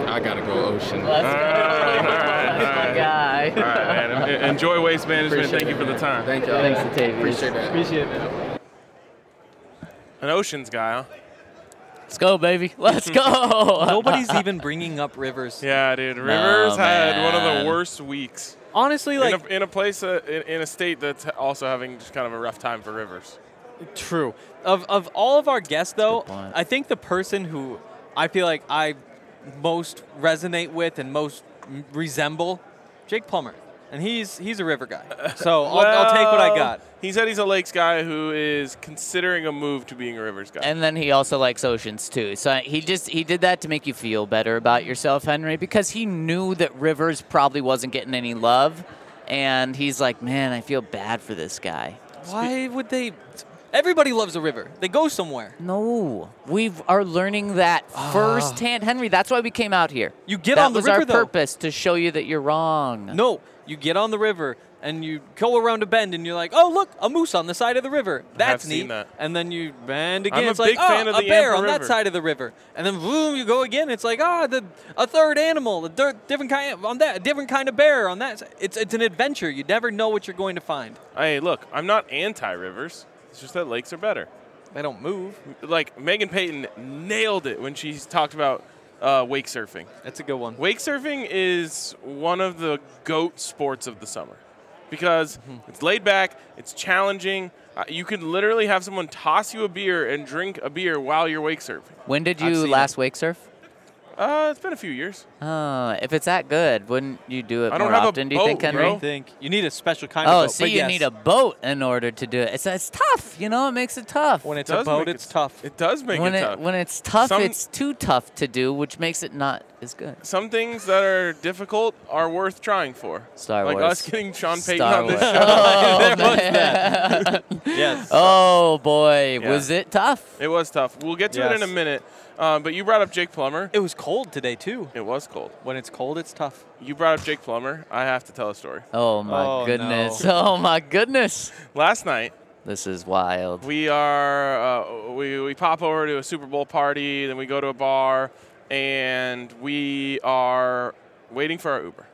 S9: I gotta go ocean.
S1: all right, all right, all right.
S8: guy.
S1: All right, man. En- Enjoy waste management. Thank you for the time.
S9: Thank you.
S8: Thanks, Latavius.
S9: Appreciate that.
S10: Appreciate it.
S1: An oceans guy, huh?
S3: Let's go, baby. Let's go.
S2: Nobody's even bringing up Rivers.
S1: Yeah, dude. Rivers had one of the worst weeks.
S2: Honestly, like
S1: in a, in a place uh, in, in a state that's also having just kind of a rough time for Rivers.
S2: True. Of of all of our guests, though, I think the person who I feel like I most resonate with and most m- resemble Jake Plummer, and he's he's a river guy. So I'll, I'll take what I
S1: Well,
S2: got.
S1: He said he's a Lakes guy who is considering a move to being a Rivers guy.
S3: And then he also likes oceans too. So he just he did that to make you feel better about yourself, Henry, because he knew that Rivers probably wasn't getting any love, and he's like, man, I feel bad for this guy.
S2: Why would they? Everybody loves a river. They go somewhere.
S3: No, we are learning that firsthand, Henry. That's why we came out here.
S2: Ah. You get
S3: That
S2: on the
S3: was
S2: river
S3: our
S2: though.
S3: purpose to show you that you're wrong.
S2: No, you get on the river and you go around a bend and you're like, oh look, a moose on the side of the river. That's
S1: seen
S2: neat.
S1: that.
S2: And then you bend again.
S1: I'm a
S2: it's like,
S1: big fan
S2: oh,
S1: of
S2: a
S1: the
S2: bear
S1: Amber
S2: on that
S1: River.
S2: side of the river. And then boom, you go again. It's like, ah, the a third animal, a dir- different kind on that, a different kind of bear on that. si- It's it's an adventure. You never know what you're going to find.
S1: Hey, look, I'm not anti Rivers. It's just that lakes are better.
S2: They don't move.
S1: Like Megan Payton nailed it when she talked about uh, wake surfing.
S2: That's a good one.
S1: Wake surfing is one of the goat sports of the summer because
S2: Mm-hmm.
S1: it's laid back, it's challenging. Uh, you can literally have someone toss you a beer and drink a beer while you're wake surfing.
S3: When did
S1: I've
S3: you
S1: seen
S3: last wake surf?
S1: Uh, it's been a few years.
S3: Oh, if it's that good, wouldn't you do it
S1: I don't
S3: more
S1: have a
S3: often? do you think,
S1: boat,
S3: Henry?
S1: bro.
S2: I think you need a special kind
S3: Oh,
S2: of boat.
S3: see,
S2: but
S3: you
S2: yes,
S3: need a boat in order to do it. It's, it's tough, you know. It makes it tough.
S2: when it's a boat, it's tough.
S1: It does make
S3: when
S1: it, tough.
S3: when it's tough,
S1: Some-
S3: it's too tough to do, which makes it not as good.
S1: Some things that are difficult are worth trying for.
S3: Star
S1: like
S3: Wars.
S1: us getting Sean Payton
S3: Star
S1: on this
S3: Wars.
S1: show.
S3: Oh,
S1: There was
S3: man.
S1: that.
S2: yes.
S3: Oh boy, was it tough?
S1: It was tough. We'll get to it in a
S2: Yes.
S1: minute. Um, but you brought up Jake Plummer.
S2: It was cold today too.
S1: It was cold.
S2: When it's cold, it's tough.
S1: You brought up Jake Plummer. I have to tell a story.
S3: Oh my
S2: Oh,
S3: goodness.
S2: no.
S3: Oh my goodness.
S1: Last night,
S3: This is wild.
S1: we are uh, we, we pop over to a Super Bowl party, then we go to a bar, and we are waiting for our Uber.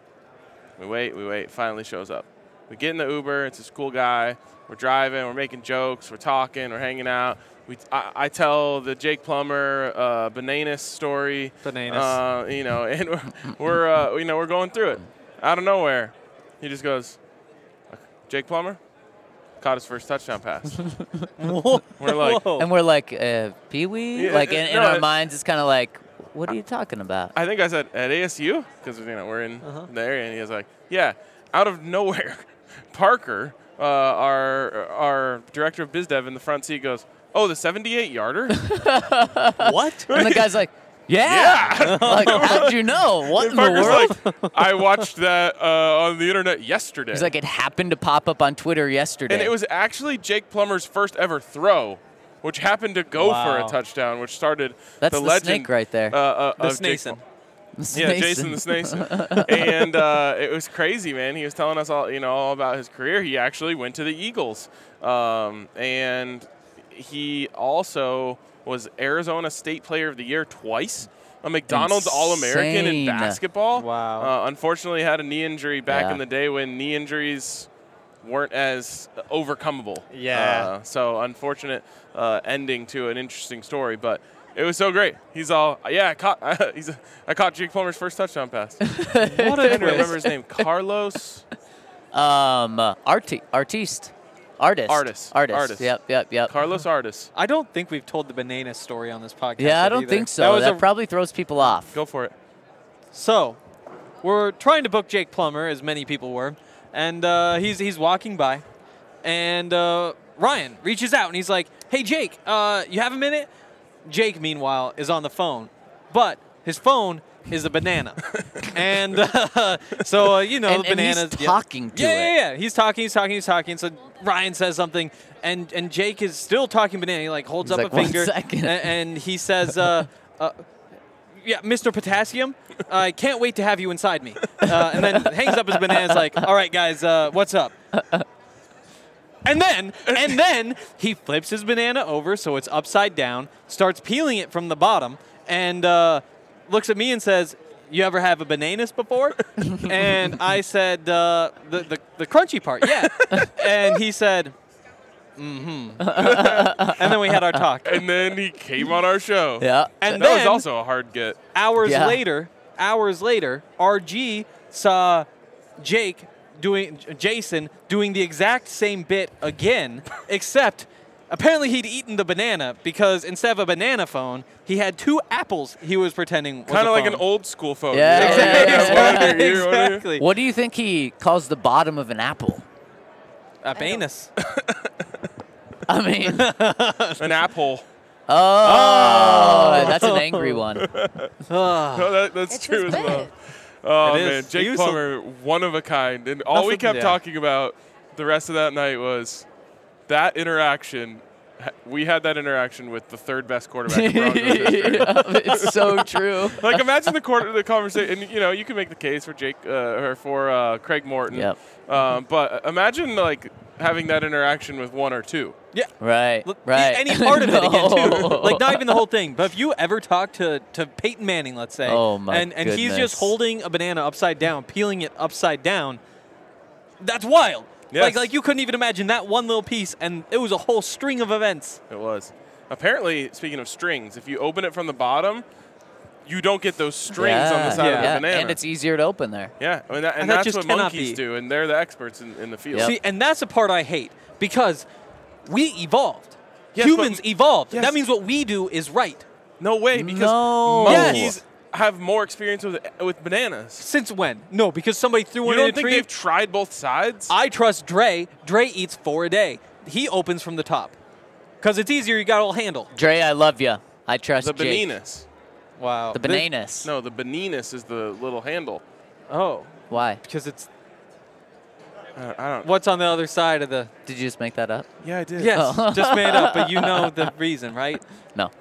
S1: We wait, we wait. Finally shows up. We get in the Uber. It's this cool guy. We're driving. We're making jokes. We're talking. We're hanging out. We, I, I tell the Jake Plummer uh, bananas story.
S2: Bananas.
S1: Uh, you know, and we're, we're uh, you know we're going through it. Out of nowhere, he just goes, Jake Plummer caught his first touchdown pass. we're like,
S3: and we're like, uh, Pee Wee?
S1: Yeah,
S3: like
S1: it-
S3: in, in
S1: no,
S3: our
S1: it-
S3: minds, it's kind of like, what are you talking about?
S1: I think I said at ASU because you know we're in
S3: Uh-huh.
S1: the area, and he was like, "Yeah, out of nowhere, Parker, uh, our our director of biz dev in the front seat goes, oh, the 78 yarder,
S2: what?
S3: And the guy's like, yeah. like, how'd you know? What in the
S1: Parker's
S3: world?
S1: like, I watched that uh, on the internet yesterday,
S3: He's like, it happened to pop up on Twitter yesterday.
S1: and it was actually Jake Plummer's first ever throw." Which happened to go for
S2: Wow.
S1: a touchdown, which started
S3: That's
S1: the,
S3: the
S1: legend
S3: snake right there.
S1: Uh, uh,
S2: The
S1: of Jake
S2: Snason.
S1: Plum- Yeah, Jason the Snason. and uh, it was crazy, man. He was telling us all, you know, all about his career. He actually went to the Eagles, um, and he also was Arizona State Player of the Year twice. A McDonald's All-American in
S3: Insane.
S1: basketball.
S2: Wow.
S1: Uh, unfortunately, had a knee injury back
S3: Yeah.
S1: in the day when knee injuries weren't as overcomable.
S2: Yeah.
S1: Uh, so unfortunate uh, ending to an interesting story, but it was so great. He's all, yeah, I caught, he's, I caught Jake Plummer's first touchdown pass. what I can't remember his name. Carlos.
S3: um, uh, arti- artiste. Artist.
S1: Artist.
S3: Artist.
S1: Artist.
S3: Yep, yep, yep. Mm-hmm.
S1: Carlos Artis.
S2: I don't think we've told the banana story on this podcast.
S3: yeah, I don't
S2: either.
S3: think so.
S2: That
S3: That,
S2: was a-
S3: probably throws people off.
S1: Go for it.
S2: So, we're trying to book Jake Plummer, as many people were, and uh, he's he's walking by, and uh, Ryan reaches out and he's like, "Hey, Jake, uh, you have a minute?" Jake, meanwhile, is on the phone, but his phone is a banana, and uh, so uh, you know
S3: And-
S2: the
S3: and he's
S2: bananas. yeah.
S3: talking to
S2: yeah,
S3: it.
S2: Yeah, yeah, he's talking, he's talking, he's talking. So Ryan says something, and and Jake is still talking banana. He like holds
S3: He's
S2: up
S3: like,
S2: a
S3: "One
S2: finger,
S3: second."
S2: a- and he says. Uh, uh, yeah, Mr. Potassium, I can't wait to have you inside me. Uh, and then hangs up his bananas like, all right, guys, uh, what's up? And then, and then he flips his banana over so it's upside down, starts peeling it from the bottom, and uh, looks at me and says, you ever have a bananas before? and I said, uh, the, the, the crunchy part, yeah. and he said, mm-hmm. and then we had our talk.
S1: And then he came on our show.
S3: Yeah.
S2: And
S1: that was
S2: then-
S1: also a hard get.
S2: hours
S3: Yeah.
S2: later, hours later, RG saw Jake doing Jason doing the exact same bit again, except Apparently, he'd eaten the banana because instead of a banana phone, he had two apples he was pretending was
S1: Kind
S2: a
S1: of like
S2: phone.
S1: an old school phone.
S2: Yeah,
S1: You know,
S2: yeah,
S1: one under here, one under here.
S2: Exactly.
S3: What do you think he calls the bottom of an apple?
S2: A penis.
S3: I mean,
S1: an apple.
S3: Oh,
S1: Oh.
S3: that's an angry one.
S1: No, that- that's
S3: It's
S1: true
S3: his
S1: as well.
S3: bed.
S1: Oh
S3: Ah. It
S1: man,
S3: is.
S1: Jake
S3: He was so-
S1: Plummer, one of a kind, and all we
S3: Nothing-
S1: kept
S3: yeah.
S1: talking about the rest of that night was that interaction. ha- We had that interaction with the third best quarterback. in Broncos history.
S3: Yeah, it's so true.
S1: like imagine the quarter, the conversation. And, you know, you can make the case for Jake uh, or for uh, Craig Morton.
S3: Yep.
S1: Um, but imagine like having that interaction with one or two.
S2: Yeah.
S3: Right.
S2: Look, e-
S3: right.
S2: Any part of it again, too.
S3: No.
S2: Like, not even the whole thing. But if you ever talk to, to Peyton Manning, let's say,
S3: Oh, my
S2: and, and he's
S3: goodness.
S2: just holding a banana upside down, peeling it upside down, that's wild. Like,
S1: Yes.
S2: like, you couldn't even imagine that one little piece, and it was a whole string of events.
S1: It was. Apparently, speaking of strings, if you open it from the bottom, you don't get those strings on the
S3: Yeah.
S1: side of the
S3: Yeah,
S1: banana.
S3: And it's easier to open there.
S1: yeah, I mean, that, and,
S2: And that
S1: that's
S2: just
S1: what
S2: cannot
S1: monkeys
S2: be.
S1: do, and they're the experts in, in the field.
S2: See, and that's the part I hate because we evolved.
S1: Yes, but-
S2: Humans evolved.
S1: yes.
S2: That means what we do is right.
S1: No way, because
S2: No.
S1: monkeys
S2: Yes.
S1: have more experience with with bananas.
S2: Since when? No, because somebody threw
S1: You
S2: one
S1: don't
S2: in a
S1: think
S2: tree.
S1: they've tried both sides?
S2: I trust Dre. Dre eats four a day. He opens from the top. Because it's easier, you got all handle.
S3: Dre, I love you. I trust
S1: the
S3: Jake.
S1: bananas.
S2: Wow.
S3: The bananas.
S1: No, the bananas is the little handle.
S2: Oh.
S3: Why?
S2: Because it's
S1: I don't. I don't
S2: what's on the other side of the.
S3: Did you just make that up?
S1: Yeah, I did.
S2: Yes,
S3: Oh.
S2: just made up, but you know the reason, right?
S3: No.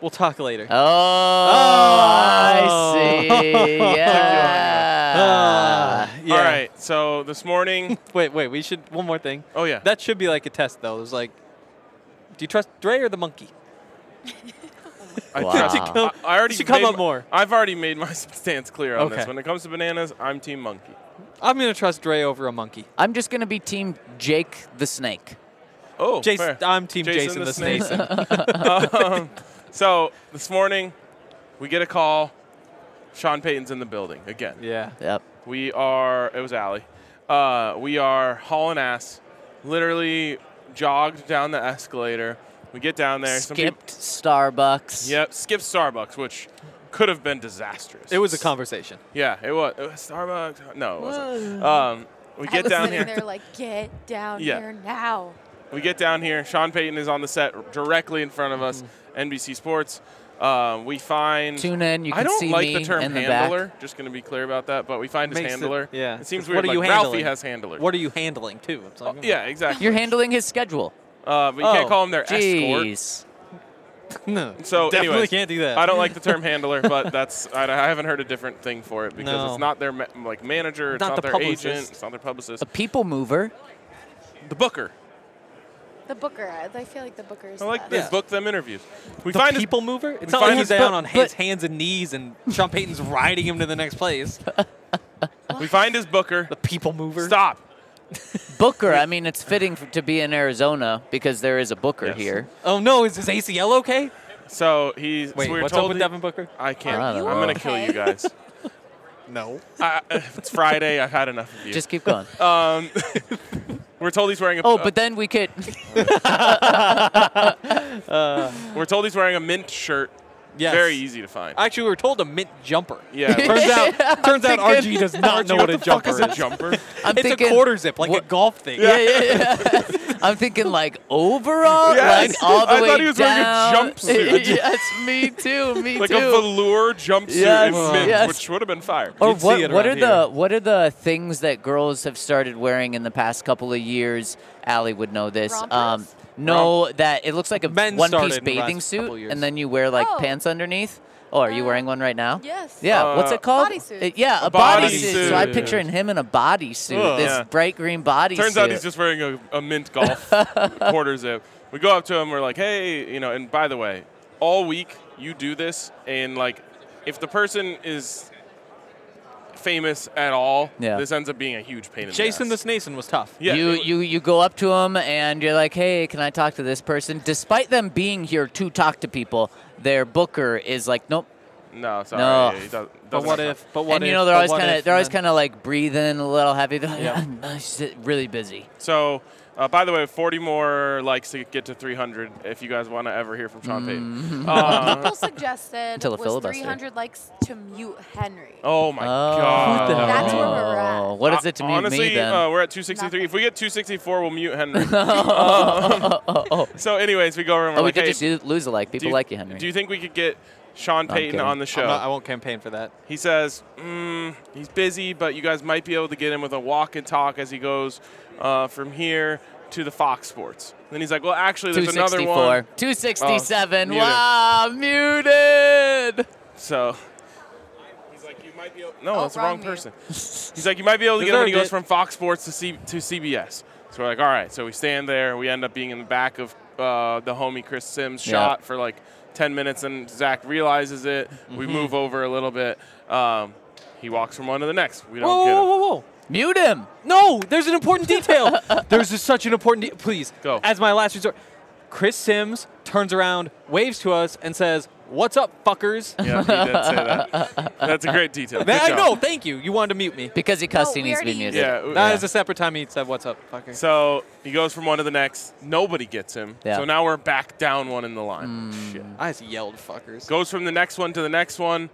S2: We'll talk later. Oh.
S3: Oh, I see. Yeah.
S2: Ah, yeah.
S1: All right. So this morning.
S2: Wait, wait, we should. One more thing.
S1: Oh yeah.
S2: That should be like a test, though. It was like, do you trust Dre or the monkey?
S1: I,
S3: Wow.
S1: think-
S3: Should
S2: come-
S1: I- I already
S2: should come
S1: made
S2: up
S1: my-
S2: more.
S1: I've already made my stance clear on this.
S2: Okay.
S1: When it comes to bananas, I'm Team Monkey.
S2: I'm going to trust Dre over a monkey.
S3: I'm just going to be team Jake the Snake.
S1: Oh,
S2: Jason,
S1: fair.
S2: I'm Team Jason, the Snake.
S1: um, so this morning, we get a call. Sean Payton's in the building again.
S2: Yeah.
S3: Yep.
S1: We are. It was Allie. Uh, we are hauling ass. Literally jogged down the escalator. We get down there. some peop-
S3: Skipped Starbucks.
S1: Yep. Skip Starbucks, which could have been disastrous.
S2: It was a conversation.
S1: Yeah, it was. It was Starbucks. No, it wasn't. Um, we
S7: I
S1: get
S7: was
S1: down
S7: sitting
S1: here.
S7: there like, get down
S1: Yeah.
S7: here now.
S1: We get down here. Sean Payton is on the set directly in front of us.
S2: Mm-hmm.
S1: NBC Sports. Um, we find.
S3: Tune in, you
S1: I
S3: can
S1: don't
S3: see
S1: like
S3: me
S1: the term
S3: in the back.
S1: handler. Just going to be clear about that. But we find his
S2: Makes it-
S1: handler.
S2: yeah.
S1: It seems
S2: What
S1: weird.
S2: are
S1: like
S2: you
S1: Ralphie
S2: handling?
S1: has handler.
S2: What are you handling, too? It's like-
S1: yeah, exactly.
S3: You're handling his schedule.
S1: Uh, but you can't
S2: Oh,
S1: call him their escort.
S3: Jeez.
S2: No.
S1: So,
S2: Definitely
S1: anyways,
S2: can't do that.
S1: I don't like the term handler, but that's I, I haven't heard a different thing for it because
S2: No.
S1: it's not their ma- like manager, it's
S2: Not
S1: not,
S2: the
S1: their agent,
S2: publicist.
S1: it's not their publicist.
S3: A people mover.
S1: The booker.
S7: The Booker. I I feel like the Booker is
S1: I like
S7: that.
S1: they
S2: Yeah.
S1: book them interviews. We
S2: the
S1: find his-
S2: people mover? It's
S1: we
S2: not like
S1: find
S2: he's
S1: his-
S2: down on
S1: but-
S2: his hands and knees and Sean Payton's riding him to the next place.
S1: we find his booker.
S2: The people mover.
S1: Stop.
S3: Booker, I mean, it's fitting for, to be in Arizona because there is a Booker
S1: Yes.
S3: here.
S2: Oh no, is his ACL okay?
S1: So he's.
S2: Wait,
S1: so we were
S2: what's
S1: told
S2: up with
S1: he-
S2: Devin Booker?
S1: I can't.
S3: Are
S1: I'm
S3: you
S1: gonna kill you
S7: okay?
S1: guys.
S2: No.
S1: I, I- it's Friday. I've had enough of you.
S3: Just keep going.
S1: um, we're told he's wearing a.
S3: oh, but then we could.
S1: we're told he's wearing a mint shirt.
S2: Uh, Yes.
S1: Very easy to find.
S2: Actually, we were told a mint jumper.
S1: Yeah.
S2: turns out, turns out RG does not know what, a jumper
S1: It's a jumper.
S3: I'm
S2: it's
S3: thinking,
S2: a quarter zip, like a golf thing.
S3: Yeah, yeah, yeah. I'm thinking like overall,
S1: Yes.
S3: like all the
S1: I
S3: way
S1: thought he was wearing a
S3: down.
S1: jumpsuit.
S3: yes, me too. Me
S1: like
S3: too.
S1: a velour jumpsuit
S3: Yes,
S1: in mint,
S3: yes.
S1: which would have been fire.
S3: Or
S2: You'd see
S3: what?
S2: it
S3: What are
S2: around
S3: the what are the things that girls have started wearing in the past couple of years? Allie would know this. Um,
S7: Rompers?
S3: no, that it looks like a
S2: Men started
S3: one-piece
S2: in the last
S3: bathing
S2: couple
S3: suit,
S2: years.
S3: and then you wear like
S7: Oh.
S3: pants underneath. Oh, are you
S7: Uh,
S3: wearing one right now?
S7: Yes.
S3: Yeah, what's
S1: Uh,
S3: it called?
S7: Bodysuit.
S3: Uh, yeah, a
S1: A
S3: bodysuit. so I'm
S1: bodysuit.
S3: picturing him in a bodysuit,
S2: Ugh.
S3: this
S1: Yeah.
S3: bright green bodysuit.
S1: Turns out he's just wearing a, a mint golf quarter zip. We go up to him, we're like, hey, you know, and by the way, all week you do this, and like, if the person is famous at all,
S3: Yeah.
S1: this ends up being a huge pain in
S2: Jason
S1: the
S2: the
S1: ass.
S2: Snason was tough.
S1: yeah,
S3: you,
S1: it-
S3: you you go up to him and you're like, hey, can I talk to this person? Despite them being here to talk to people, their booker is like, nope,
S1: No, sorry.
S3: No.
S1: It doesn't,
S2: But
S1: doesn't
S2: what
S1: sound-
S2: if? But what
S3: and
S2: if?
S3: you know they're always
S2: but what
S3: kind
S2: if,
S3: of they're always
S2: man?
S3: kind of like breathing a little heavy. They're like,
S1: Yeah.
S3: "Ah, shit,
S1: Oh,
S3: really busy.
S1: So, uh, by the way, 40 more likes to get to 300 if you guys want to ever hear from Sean Payton.
S3: Mm.
S1: Uh,
S7: People suggested
S3: Until the
S7: was
S3: filibuster.
S7: 300 likes to mute Henry.
S1: oh my
S3: Oh.
S1: God.
S3: What the
S7: That's where
S3: hell?
S7: we're at.
S3: Oh, what does it to
S1: Uh,
S3: mute me
S1: Honestly,
S3: then?
S1: Uh, we're at 263. If we get 264, we'll mute Henry. Um,
S3: oh, oh, oh.
S1: so, anyways, we go over and we're
S3: Oh, we
S1: like,
S3: could
S1: hey,
S3: just do- lose a like.
S1: do
S3: People like you, Henry.
S1: Do you think we could get Sean
S3: I'm
S1: Payton
S3: kidding.
S1: on the show?
S2: I'm not- I won't campaign for that.
S1: He says, mm, he's busy, but you guys might be able to get him with a walk and talk as he goes uh, from here to the Fox Sports. Then he's like, well, actually, there's another
S3: 264.
S1: one.
S3: 267.
S1: Oh, muted.
S3: wow, muted.
S1: So he's like, you might be able. No,
S7: Oh,
S1: that's the wrong
S7: wrong mute.
S1: person. he's like, you might be able to
S2: Is
S1: get him
S2: there
S1: when
S2: a
S1: he goes
S2: bit-
S1: from Fox Sports to C- to CBS. So we're like, all right. So we stand there. We end up being in the back of uh, the homie Chris Sims
S3: Yeah.
S1: shot for like 10 minutes, and Zach realizes it. We
S2: Mm-hmm.
S1: move over a little bit. Um, he walks from one to the next. We don't
S2: Whoa,
S1: get him.
S2: whoa, whoa, whoa!
S3: Mute him.
S2: No, there's an important detail. there's just such an important. De- Please
S1: Go.
S2: As my last resort, Chris Sims turns around, waves to us, and says, "What's up, fuckers?"
S1: Yeah, he did say that. That's a great detail. Good
S2: Man, I
S1: job.
S2: know. Thank you. You wanted to mute me.
S3: Because he cussed, he
S7: Oh, we
S3: needs to be
S7: already-
S3: muted.
S1: Yeah.
S2: That is a separate time he said, "What's up, fucker."
S1: So he goes from one to the next. Nobody gets him.
S3: Yeah.
S1: So now we're back down one in the line. Shit.
S2: I just yelled, "Fuckers."
S1: goes from the next one to the next one.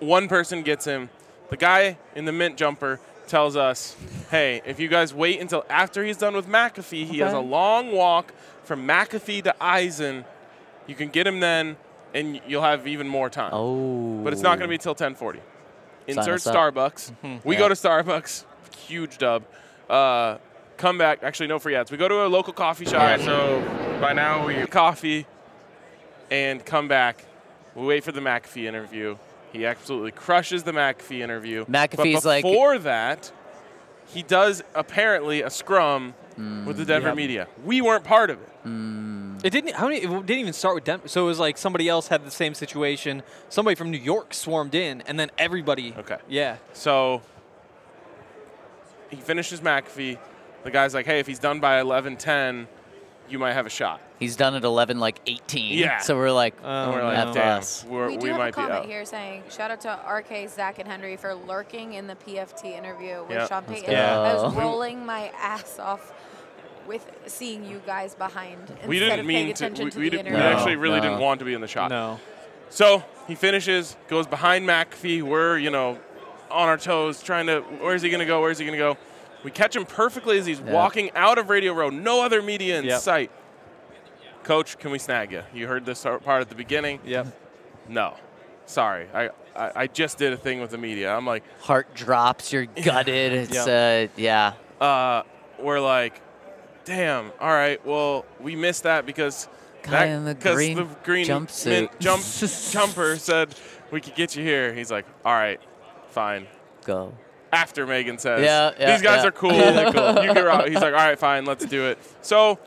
S1: One person gets him. The guy in the mint jumper tells us, "Hey, if you guys wait until after he's done with McAfee, he has a long walk from McAfee to Eisen. You can get him then, and you'll have even more time.
S3: Oh.
S1: But it's not going to be till 10:40. Insert
S3: us up. Mm-hmm.
S1: Starbucks. We
S3: Yeah.
S1: go to Starbucks. Huge dub. Uh, come back. Actually, no free ads. We go to a local coffee shop. so by now we coffee and come back. We wait for the McAfee interview. He absolutely crushes the McAfee interview.
S3: McAfee's
S1: but
S3: like-
S1: before that, he does apparently a scrum
S3: Hmm.
S1: with the Denver media. We weren't part of it.
S2: Mm. It didn't. How many? It didn't even start with Denver. So it was like somebody else had the same situation. Somebody from New York swarmed in, and then everybody.
S1: Okay.
S2: Yeah.
S1: So he finishes McAfee. The guy's like, "Hey, if he's done by 11:10, you might have a shot."
S3: He's done at 11, like 18.
S1: Yeah.
S3: So we're like,
S2: Oh,
S1: And we're
S3: F
S1: like, "Damn,
S3: us.
S1: we're,
S7: we
S1: we,
S7: do have a
S1: might be
S7: comment
S1: out."
S7: here saying, shout out to RK, Zach, and Henry for lurking in the PFT interview with
S1: Yeah.
S7: Sean
S1: Let's
S7: Payton.
S2: go.
S7: I was
S3: Yeah.
S7: rolling my ass off with seeing you guys behind instead
S1: We didn't
S7: of
S1: mean
S7: paying
S1: to.
S7: attention
S1: We,
S7: to
S1: we
S7: the
S1: did- we
S7: interview.
S1: actually really
S3: No.
S1: didn't want to be in the shot.
S2: No.
S1: So he finishes, goes behind McAfee. We're, you know, on our toes, trying to, where's he going to go? Where's he going to go? We catch him perfectly as he's walking out of Radio Row. No other media in
S2: Yep.
S1: sight. Coach, can we snag you? You heard this part at the beginning.
S2: Yep.
S1: No. Sorry. I, I, I just did a thing with the media. I'm like,
S3: heart drops, you're gutted. It's, uh, yeah.
S1: uh, we're like, damn, all right, well, we missed that because
S3: Guy
S1: that,
S3: in the
S1: 'cause
S3: green
S1: the green
S3: jumpsuit.
S1: mint jump, jumper said we could get you here. He's like, all right, fine.
S3: Go.
S1: After Megan says,
S3: Yeah, yeah,
S1: these guys
S3: yeah.
S1: are cool. They're cool. You can rock. He's like, all right, fine, let's do it. So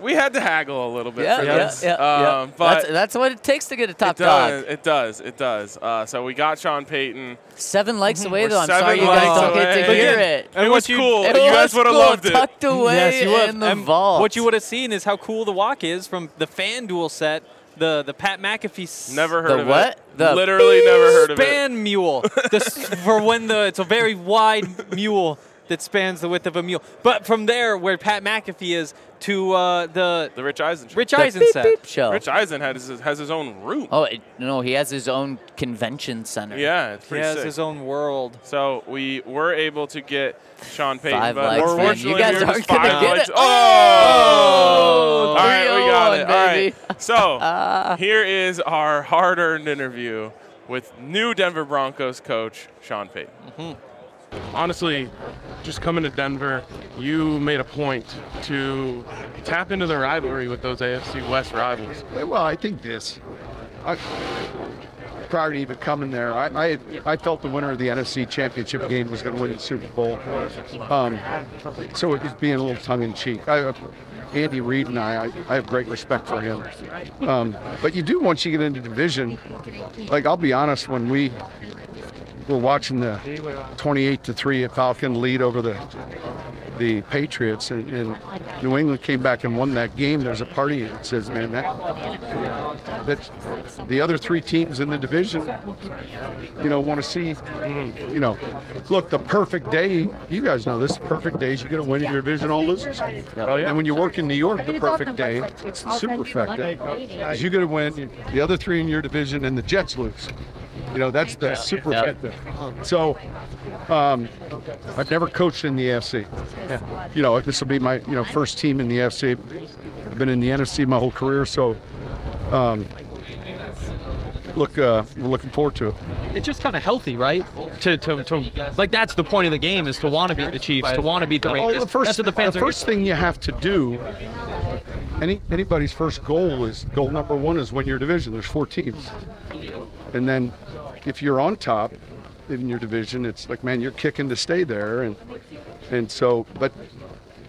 S1: we had to haggle a little bit
S3: Yeah,
S1: for
S3: yeah,
S1: this.
S3: yeah.
S1: um,
S3: yeah.
S1: But
S3: that's, that's what it takes to get a top
S1: it does.
S3: dog.
S1: It does. It does. Uh, so we got Sean Payton.
S3: Seven
S2: Mm-hmm.
S3: likes away,
S1: We're
S3: though. I'm
S1: seven
S3: sorry you guys
S1: likes
S3: don't get to
S1: away.
S3: hear
S1: Again,
S3: it.
S1: It was
S2: what you-
S1: cool. You
S3: It was
S1: guys would have
S3: cool,
S1: loved it.
S3: tucked away in the
S2: And
S3: vault.
S2: What you would have seen is how cool the walk is from the FanDuel set, the the Pat McAfee. s-
S1: Never heard
S3: The
S1: of
S3: what?
S1: it.
S3: The
S1: Literally never heard of it.
S2: span mule. The s- for when the it's a very wide mule that spans the width of a mule. But from there, where Pat McAfee is to uh, the
S1: The Rich Eisen. show.
S2: Rich
S3: The
S2: Eisen
S3: beep,
S2: set.
S3: beep show.
S1: Rich Eisen has his, has his own room.
S3: Oh it, no, he has his own convention center.
S1: Yeah, it's
S2: He
S1: pretty
S2: has
S1: sick.
S2: his own world.
S1: so we were able to get Sean Payton,
S3: Five
S1: but
S3: likes, man. You
S1: unfortunately
S3: guys
S1: we were just
S3: aren't gonna
S1: five
S3: get
S1: likes-
S3: it.
S1: Oh!
S3: Oh,
S1: All right, we got it.
S3: 301, baby. Ah.
S1: All right. So here is our hard-earned interview with new Denver Broncos coach Sean Payton.
S11: honestly, just coming to Denver, you made a point to tap into the rivalry with those AFC West rivals.
S12: Well, I think this. I, prior to even coming there, I, I, had- I felt the winner of the NFC Championship game was going to win the Super Bowl. Um, so it was being a little tongue in cheek. I, uh, Andy Reid and I, I, I have great respect for him. Um, but you do once you get into division. Like I'll be honest, when we were watching the 28 to three Falcon lead over the the Patriots, and, and New England came back and won that game. There's a party that says, "Man, that, that the other three teams in the division, you know, want to see, you know, look the perfect day. You guys know this is perfect days. You're going to win your division all losers.
S11: Oh, yeah.
S12: And when you work in New York, the perfect day, it's the superfecta. 'Cause You're going to win the other three in your division, and the Jets lose. You know, that's the superfecta. So, um, I've never coached in the AFC. You know, this will be my you know first team in the AFC. I've been in the NFC my whole career, so um, look, uh, we're looking forward to it.
S10: It's just kind of healthy, right? To, to, to like that's the point of the game is to want to beat the Chiefs, to want to beat the
S12: Oh,
S10: Raiders.
S12: the first,
S10: that's what the fans
S12: the
S10: are-
S12: first thing you have to do. Any anybody's first goal is goal number one is win your division. There's four teams, and then if you're on top in your division, it's like man, you're kicking to stay there, and and so but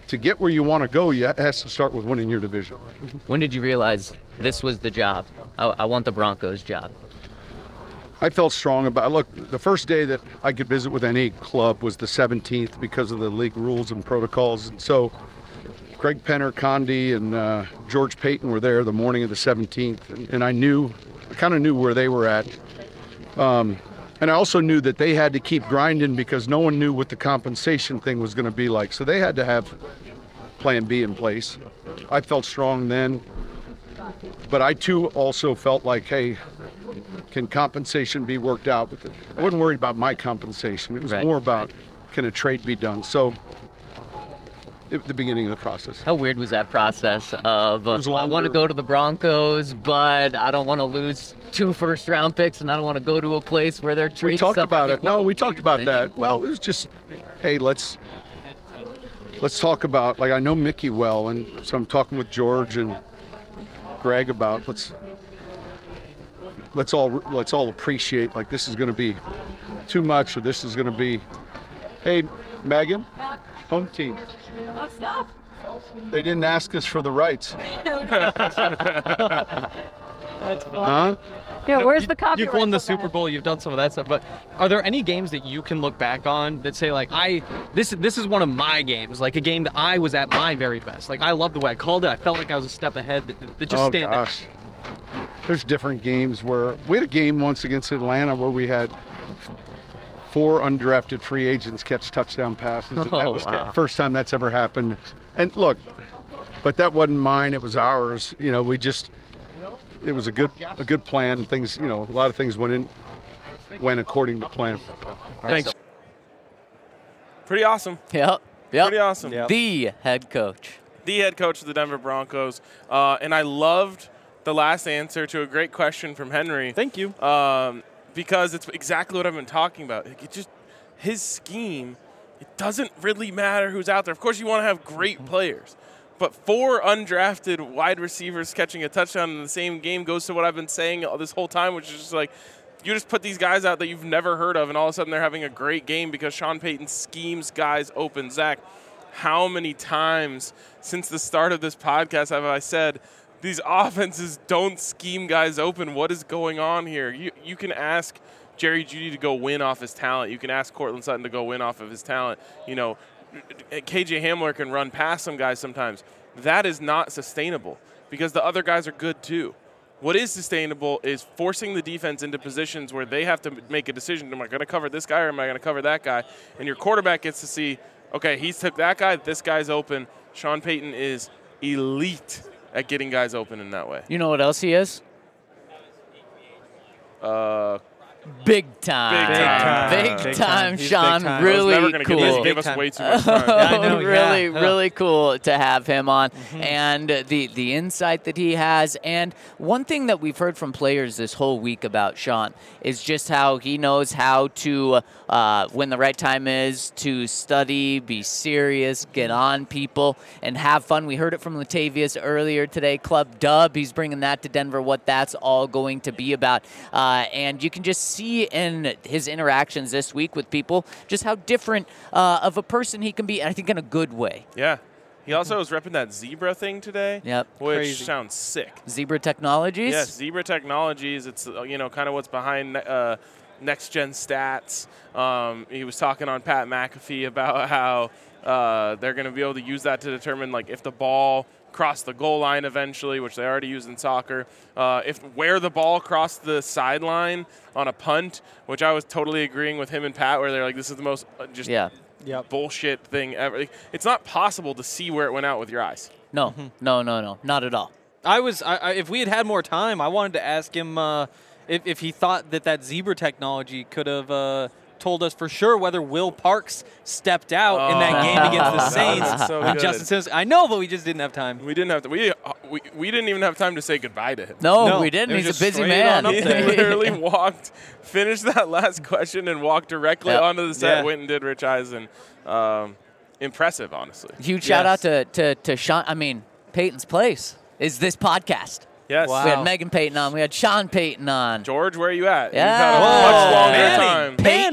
S12: to get where you want to go, you it has to start with winning your division.
S8: When did you realize this was the job? I, I want the Broncos job.
S12: I felt strong about. Look, the first day that I could visit with any club was the 17th because of the league rules and protocols. And so, Greg Penner, Condi, and uh, George Payton were there the morning of the 17th, and, and I knew, I kind of knew where they were at. Um, and I also knew that they had to keep grinding because no one knew what the compensation thing was going to be like. So they had to have Plan B in place. I felt strong then, but I too also felt like, hey, can compensation be worked out with it? I wasn't worried about my compensation. It was more about can a trade be done? So it, the beginning of the process.
S8: How weird was that process of uh, I want to go to the Broncos, but I don't want to lose two first round picks, and I don't want to go to a place where they're treating
S12: we talked
S8: somebody-
S12: about it. No, we talked about that. Well, it was just, hey, let's let's talk about. Like I know Mickey well, and so I'm talking with George and Greg about let's let's all let's all appreciate like this is going to be too much, or this is going to be, hey, Megan, home team.
S5: Oh,
S12: They didn't ask us for the rights. Huh?
S5: Yeah, where's the
S10: You've
S5: copyright
S10: won the Super Bowl. You've done some of that stuff. But are there any games that you can look back on that say like I this this is one of my games, like a game that I was at my very best. Like I loved the way I called it. I felt like I was a step ahead. That, that just
S12: oh,
S10: stand out.
S12: gosh. There's different games where we had a game once against Atlanta where we had four undrafted free agents catch touchdown passes. and that
S13: Oh,
S12: was
S13: wow.
S12: the first time that's ever happened. And look, but that wasn't mine, it was ours. You know, we just it was a good a good plan. Things, you know, a lot of things went in went according to plan.
S1: Thanks. Pretty awesome. Yep.
S3: Yep.
S1: Pretty awesome.
S3: The head coach.
S1: the head coach of the Denver Broncos. Uh, and I loved the last answer to a great question from Henry. Thank you. Um, because it's exactly what I've been talking about. Like, it just his scheme. It doesn't really matter who's out there. Of course, you want to have great players. But four undrafted wide receivers catching a touchdown in the same game goes to what I've been saying all this whole time, which is just like you just put these guys out that you've never heard of, and all of a sudden they're having a great game because Sean Payton schemes guys open. Zach, how many times since the start of this podcast have I said these offenses don't scheme guys open? What is going on here? You, you can ask Jerry Judy to go win off his talent. You can ask Cortland Sutton to go win off of his talent. You know, KJ Hamler can run past some guys sometimes. That is not sustainable because the other guys are good too. What is sustainable is forcing the defense into positions where they have to make a decision. Am I going to cover this guy or am I going to cover that guy? And your quarterback gets to see, okay, he's took that guy, this guy's open. Sean Payton is elite at getting guys open in that way.
S3: You know what else he is?
S1: Uh,
S3: Big time.
S1: Big time.
S3: Big time,
S1: Big time. He's big
S3: Sean.
S1: time. I was
S3: Really
S1: never gonna
S3: cool.
S1: give this- He is gave us big way too much time. time. Yeah, I know,
S3: really,
S1: yeah. Mm-hmm.
S3: really cool to have him on, and uh, the the insight that he has. And one thing that we've heard from players this whole week about Sean is just how he knows how to uh, when the right time is to study, be serious, get
S1: Mm-hmm.
S3: on people, and have fun. We heard it from Latavius earlier today. Club Dub, he's bringing that to Denver. What that's all going to be about, uh, and you can just see in his interactions this week with people just how different uh, of a person he can be, and I think in a good way.
S1: Yeah. He also was repping that zebra thing today.
S3: Yep.
S1: Which
S3: Crazy.
S1: sounds sick.
S3: Zebra Technologies.
S1: Yes, Zebra Technologies. It's uh, you know kind of what's behind uh, next gen stats. Um, he was talking on Pat McAfee about how Uh, they're going to be able to use that to determine like if the ball crossed the goal line eventually, which they already use in soccer. Uh, if where the ball crossed the sideline on a punt, which I was totally agreeing with him and Pat, where they're like, this is the most uh, just
S3: Yeah.
S1: bullshit thing ever. Like, it's not possible to see where it went out with your eyes.
S3: No,
S1: Mm-hmm.
S3: no, no, no, not at all.
S2: I was. I, I, if we had had more time, I wanted to ask him uh, if, if he thought that that zebra technology could have uh, told us for sure whether Will Parks stepped out in
S1: Oh.
S2: that game against the Saints. when Justin Simmons. I know, but we just didn't have time.
S1: We didn't have to. We, uh, we, we didn't even have time to say goodbye to him.
S3: No, No. we didn't. He's
S1: It was
S3: a
S1: just
S3: busy
S1: straight
S3: man.
S1: on up there.
S3: Yeah.
S1: literally walked, finished that last question, and walked directly
S3: Yep.
S1: onto the set.
S3: Yeah.
S1: Went and did Rich Eisen. Um, impressive, honestly.
S3: Huge shout out to to to Sean. I mean, Peyton's place is this podcast.
S1: Yes.
S3: We
S1: Wow.
S3: had Megan Peyton on. We had Sean Peyton on.
S1: George, where are you at?
S3: Yeah. Oh,
S1: You've had a much longer time.
S3: Peyton, where,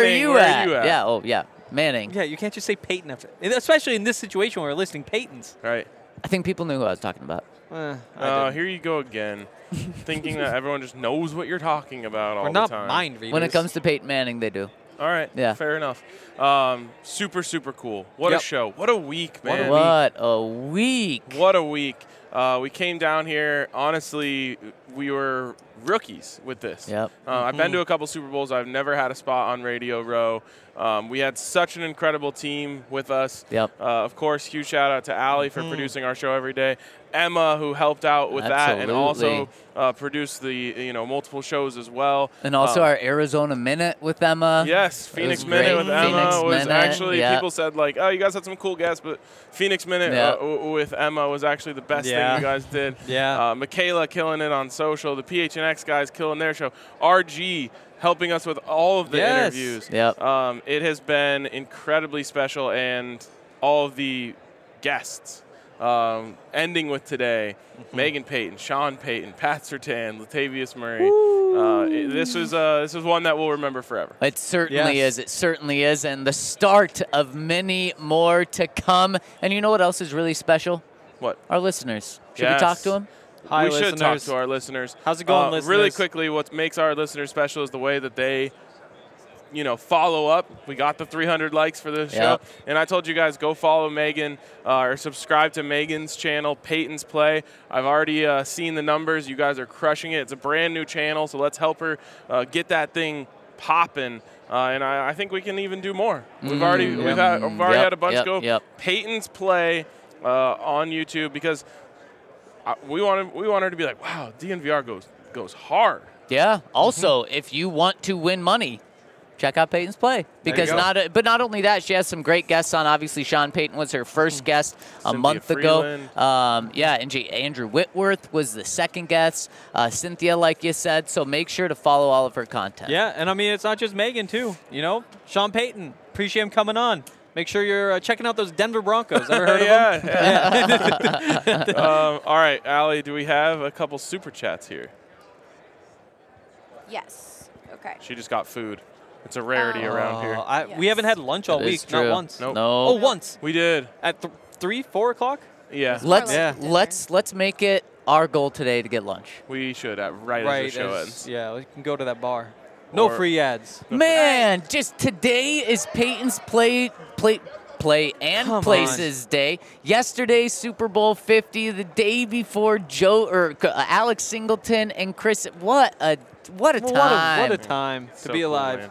S1: Manning,
S3: are you,
S1: where
S3: at?
S1: you
S3: Yeah. Oh, yeah. Manning.
S2: Yeah, you can't just say Peyton, after, especially in this situation where we're listing Peytons.
S1: Right.
S3: I think people knew who I was talking about.
S2: Uh, I
S1: Uh,
S2: didn't.
S1: here you go again, thinking that everyone just knows what you're talking about all
S2: We're
S1: the
S2: not
S1: time.
S2: mind readers.
S3: When it comes to Peyton Manning, they do.
S1: All right.
S3: Yeah.
S1: Fair enough. Um, super, super cool. What
S3: Yep.
S1: a show. What a week,
S3: What a
S1: man.
S3: What a week.
S1: What a week. Uh, we came down here. Honestly, we were rookies with this.
S3: Yep.
S1: Uh, I've been
S3: Mhm.
S1: to a couple Super Bowls. I've never had a spot on Radio Row. Um, we had such an incredible team with us.
S3: Yep.
S1: Uh, of course, huge shout out to Allie for
S3: Mhm.
S1: producing our show every day. Emma, who helped out with that, and also
S3: Absolutely.
S1: uh, produced the you know multiple shows as well.
S3: And also
S1: Um,
S3: our Arizona Minute with Emma.
S1: Yes,
S3: It
S1: Phoenix
S3: was
S1: Minute
S3: great.
S1: with Emma
S3: Phoenix
S1: was
S3: Minute,
S1: actually
S3: yeah.
S1: people said like, oh, you guys had some cool guests, but Phoenix Minute
S3: Yeah.
S1: uh, w- w- with Emma was actually the best
S3: Yeah.
S1: thing you guys did.
S2: Yeah.
S1: uh, Michaela killing it on social. The PHNX guys killing their show. RG helping us with all of the
S3: Yes.
S1: interviews.
S3: Yep.
S1: Um, it has been incredibly special, and all of the guests. Um, ending with today,
S3: Mm-hmm.
S1: Megan Payton, Sean Payton, Pat Sertan, Latavius Murray. Uh, i- this was uh, this was one that we'll remember forever.
S3: It certainly
S1: Yes.
S3: is. It certainly is. And the start of many more to come. And you know what else is really special?
S1: What?
S3: Our listeners. Should
S1: Yes.
S3: we talk to them?
S2: Hi,
S1: we should talk
S2: listeners.
S1: to our listeners.
S2: How's it going,
S1: Uh,
S2: listeners?
S1: Really quickly, what makes our listeners special is the way that they, you know, follow up. We got the 300 likes for this
S3: Yeah.
S1: show, and I told you guys go follow Megan uh, or subscribe to Megan's channel, Peyton's Play. I've already uh, seen the numbers. You guys are crushing it. It's a brand new channel, so let's help her uh, get that thing popping. Uh, and I, I think we can even do more. We've already
S3: Mm,
S1: we've had,
S3: yep.
S1: we've already
S3: Yep,
S1: had a bunch
S3: yep,
S1: go.
S3: yep.
S1: Peyton's Play uh, on YouTube because I- we want we want her to be like, wow, DNVR goes goes hard.
S3: Yeah. Also, if you want to win money, check out Peyton's play
S1: Mm-hmm. There you
S3: because
S1: go.
S3: not a, but not only that, she has some great guests on. Obviously, Sean Payton was her first guest a
S1: Mm-hmm. Cynthia
S3: month
S1: Freeland.
S3: ago. Um, yeah, and J- Andrew Whitworth was the second guest. Uh, Cynthia, like you said, so make sure to follow all of her content.
S2: Yeah, and I mean it's not just Megan too. You know, Sean Payton. Appreciate him coming on. Make sure you're uh, checking out those Denver Broncos. Ever heard of them?
S1: yeah.
S2: Yeah.
S1: um, all right, Allie, do we have a couple super chats here?
S7: Yes. Okay.
S1: She just got food. It's a rarity
S2: Oh.
S1: around here.
S2: Oh, I- we haven't had lunch all That is week, not true. once.
S1: Nope.
S2: No. Oh, once.
S1: We did.
S2: At th- three, four o'clock.
S1: Yeah.
S3: Let's let's let's make it our goal today to get lunch.
S1: We should at right, as the show
S2: as-
S1: ends.
S2: Yeah, we can go to that bar. No
S1: Or-
S2: free ads.
S3: Man, just today is Peyton's play play play and
S2: Come
S3: places day. Yesterday Super Bowl 50, the day before Joe or uh, Alex Singleton and Chris what a what a
S2: Well, what a-
S3: time.
S2: what a time to
S1: So
S2: be
S1: cool,
S2: alive.
S1: man.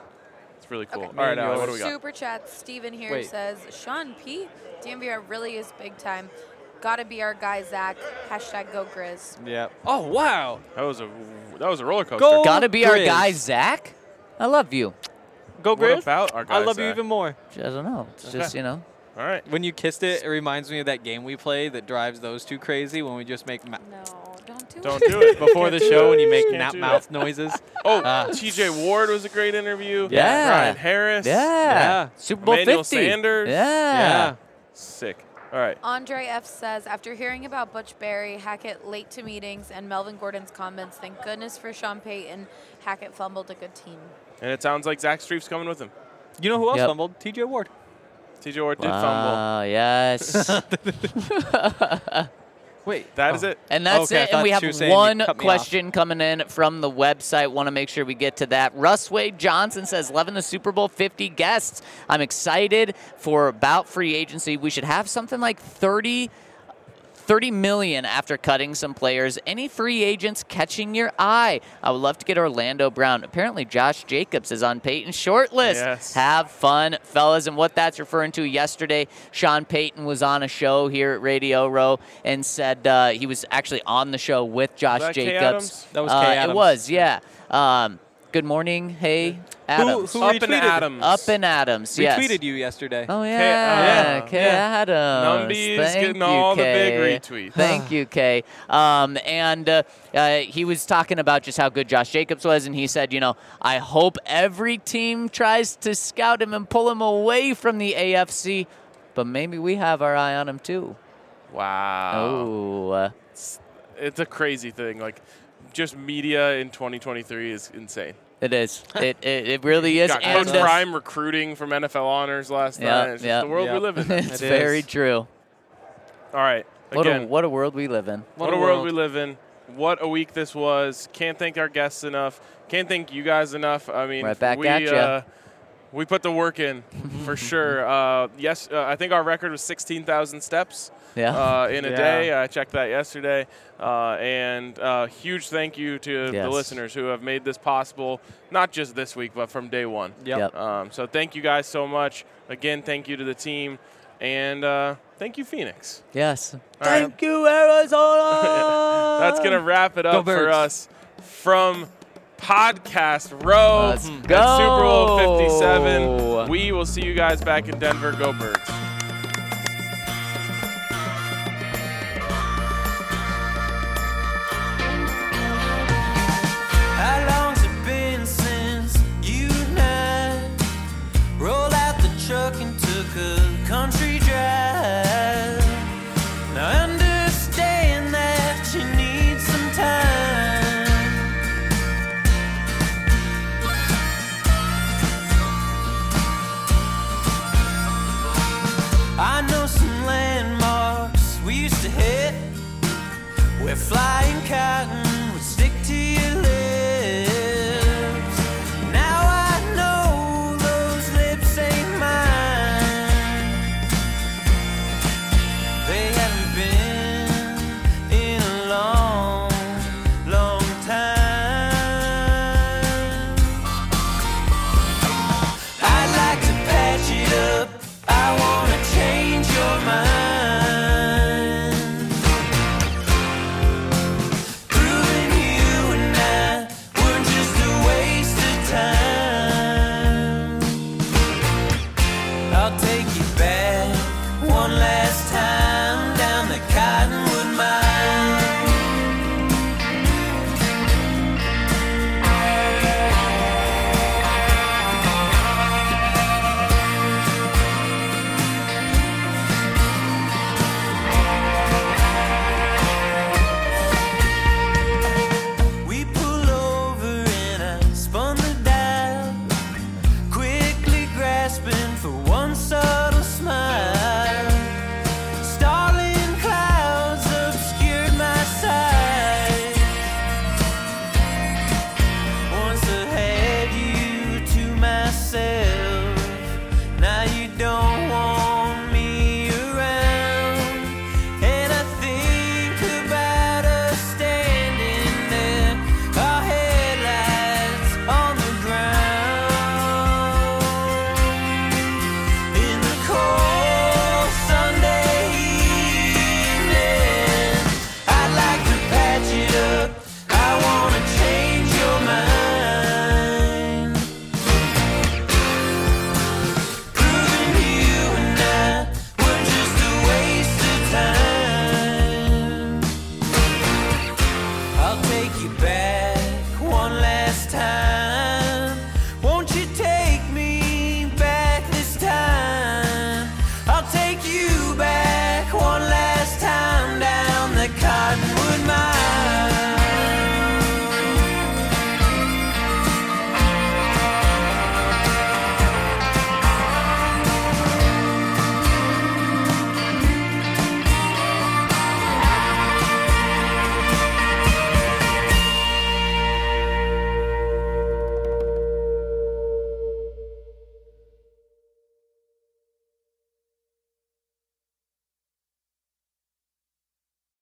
S1: It's really cool.
S2: Okay.
S1: All right,
S2: Man,
S1: Allie,
S2: yours.
S1: what do we got?
S7: Super chat. Steven here
S1: Wait.
S7: says Sean P. DMVR really is big time. Gotta be our guy Zach. Hashtag go Grizz.
S2: Yeah. Oh wow.
S1: That was a that was a roller coaster.
S2: Go
S3: Gotta be our
S2: Grizz.
S3: guy Zach. I love you.
S2: Go
S1: What
S2: Grizz.
S1: about our
S2: I
S1: guy,
S2: love you
S1: Zach?
S2: even more.
S3: I don't know. It's just you know.
S1: All right.
S2: When you kissed it, it reminds me of that game we play that drives those two crazy when we just make. Ma-
S7: no, don't do
S1: Don't do it
S2: before the
S1: Can't do
S2: show
S1: it.
S2: when you make
S1: Can't
S2: nap
S1: do
S2: mouth
S1: it.
S2: noises.
S3: Uh,
S1: Oh,
S2: Ah.
S1: TJ Ward was a great interview.
S2: Yeah.
S1: Ryan Harris.
S2: Yeah. Yeah.
S3: Super Bowl
S1: Emmanuel
S3: 50.
S1: Sanders.
S3: Yeah. Yeah.
S1: Sick. All right.
S7: Andre F says, after hearing about Butch Berry, Hackett late to meetings, and Melvin Gordon's comments, thank goodness for Sean Payton. Hackett fumbled a good team.
S1: And it sounds like Zach Streif's coming with him.
S2: You know who else
S3: Yep.
S2: fumbled? T.J. Ward.
S1: TJ Ward did
S3: Wow,
S1: fumble.
S3: yes.
S2: Wait,
S1: that is it.
S3: And that's it. And we have one question coming in from the website. Want to make sure we get to that. Russ Wade Johnson says, loving the Super Bowl 50 guests. I'm excited for about free agency. We should have something like 30. 30 million after cutting some players. Any free agents catching your eye? I would love to get Orlando Brown. Apparently, Josh Jacobs is on Peyton's short list.
S13: Yes.
S3: Have fun, fellas. And what that's referring to yesterday, Sean Payton was on a show here at Radio Row and said uh, he was actually on the show with Josh
S2: that Kay
S3: Jacobs.
S2: Adams? That was Kay
S3: Uh, It
S2: Adams.
S3: was, yeah. Um, good morning, hey. Adams.
S2: who Up and retweeted? Adams.
S3: Up and Adams.
S2: We
S3: yes.
S2: tweeted you yesterday. uh,
S3: Oh
S1: uh,
S3: yeah, Kay Adams.
S2: Numbies
S3: Thank
S2: getting
S3: you,
S2: all the
S3: Kay.
S2: big retweets.
S3: Thank you, Kay. Um, and uh, uh, he was talking about just how good Josh Jacobs was, and he said, you know, I hope every team tries to scout him and pull him away from the AFC, but maybe we have our eye on him too.
S1: Wow.
S3: Oh. uh,
S1: It's a crazy thing. Like, just media in 2023 is insane.
S3: It is. It, it, it really is.
S1: Got
S3: and,
S1: Coach
S3: uh,
S1: Prime recruiting from NFL honors last
S3: Yeah,
S1: night. It's just
S3: yeah.
S1: the world we
S3: Yeah.
S1: live in.
S3: It's It is. very true.
S1: All right.
S3: What a,
S1: Again,
S3: what a world we live in.
S1: what, a world. we live in. What a week this was. Can't thank our guests enough. Can't thank you guys enough. I mean,
S3: Right back
S1: we,
S3: at ya.
S1: Uh, we put the work in for sure. Uh, yes, uh, I think our record was 16,000 steps
S3: Yeah.
S1: uh, in a
S3: Yeah.
S1: day. I checked that yesterday. Uh, and uh, huge thank you to the
S3: Yes.
S1: listeners who have made this possible, not just this week, but from day one.
S3: Yep. Yep.
S1: Um, so thank you guys so much. Again, thank you to the team. And uh, thank you, Phoenix.
S3: Yes.
S1: right.
S3: Thank you, Arizona.
S1: That's going to wrap it
S3: Go
S1: up for
S3: Birds.
S1: us from Podcast Row
S3: Let's
S1: at
S3: go.
S1: Super Bowl 57. We will see you guys back in Denver. Go Birds.
S13: How long's it been since you and I rolled out the truck and took a country drive? Now I understand that you need some time. I know some landmarks we used to hit. We're flying cotton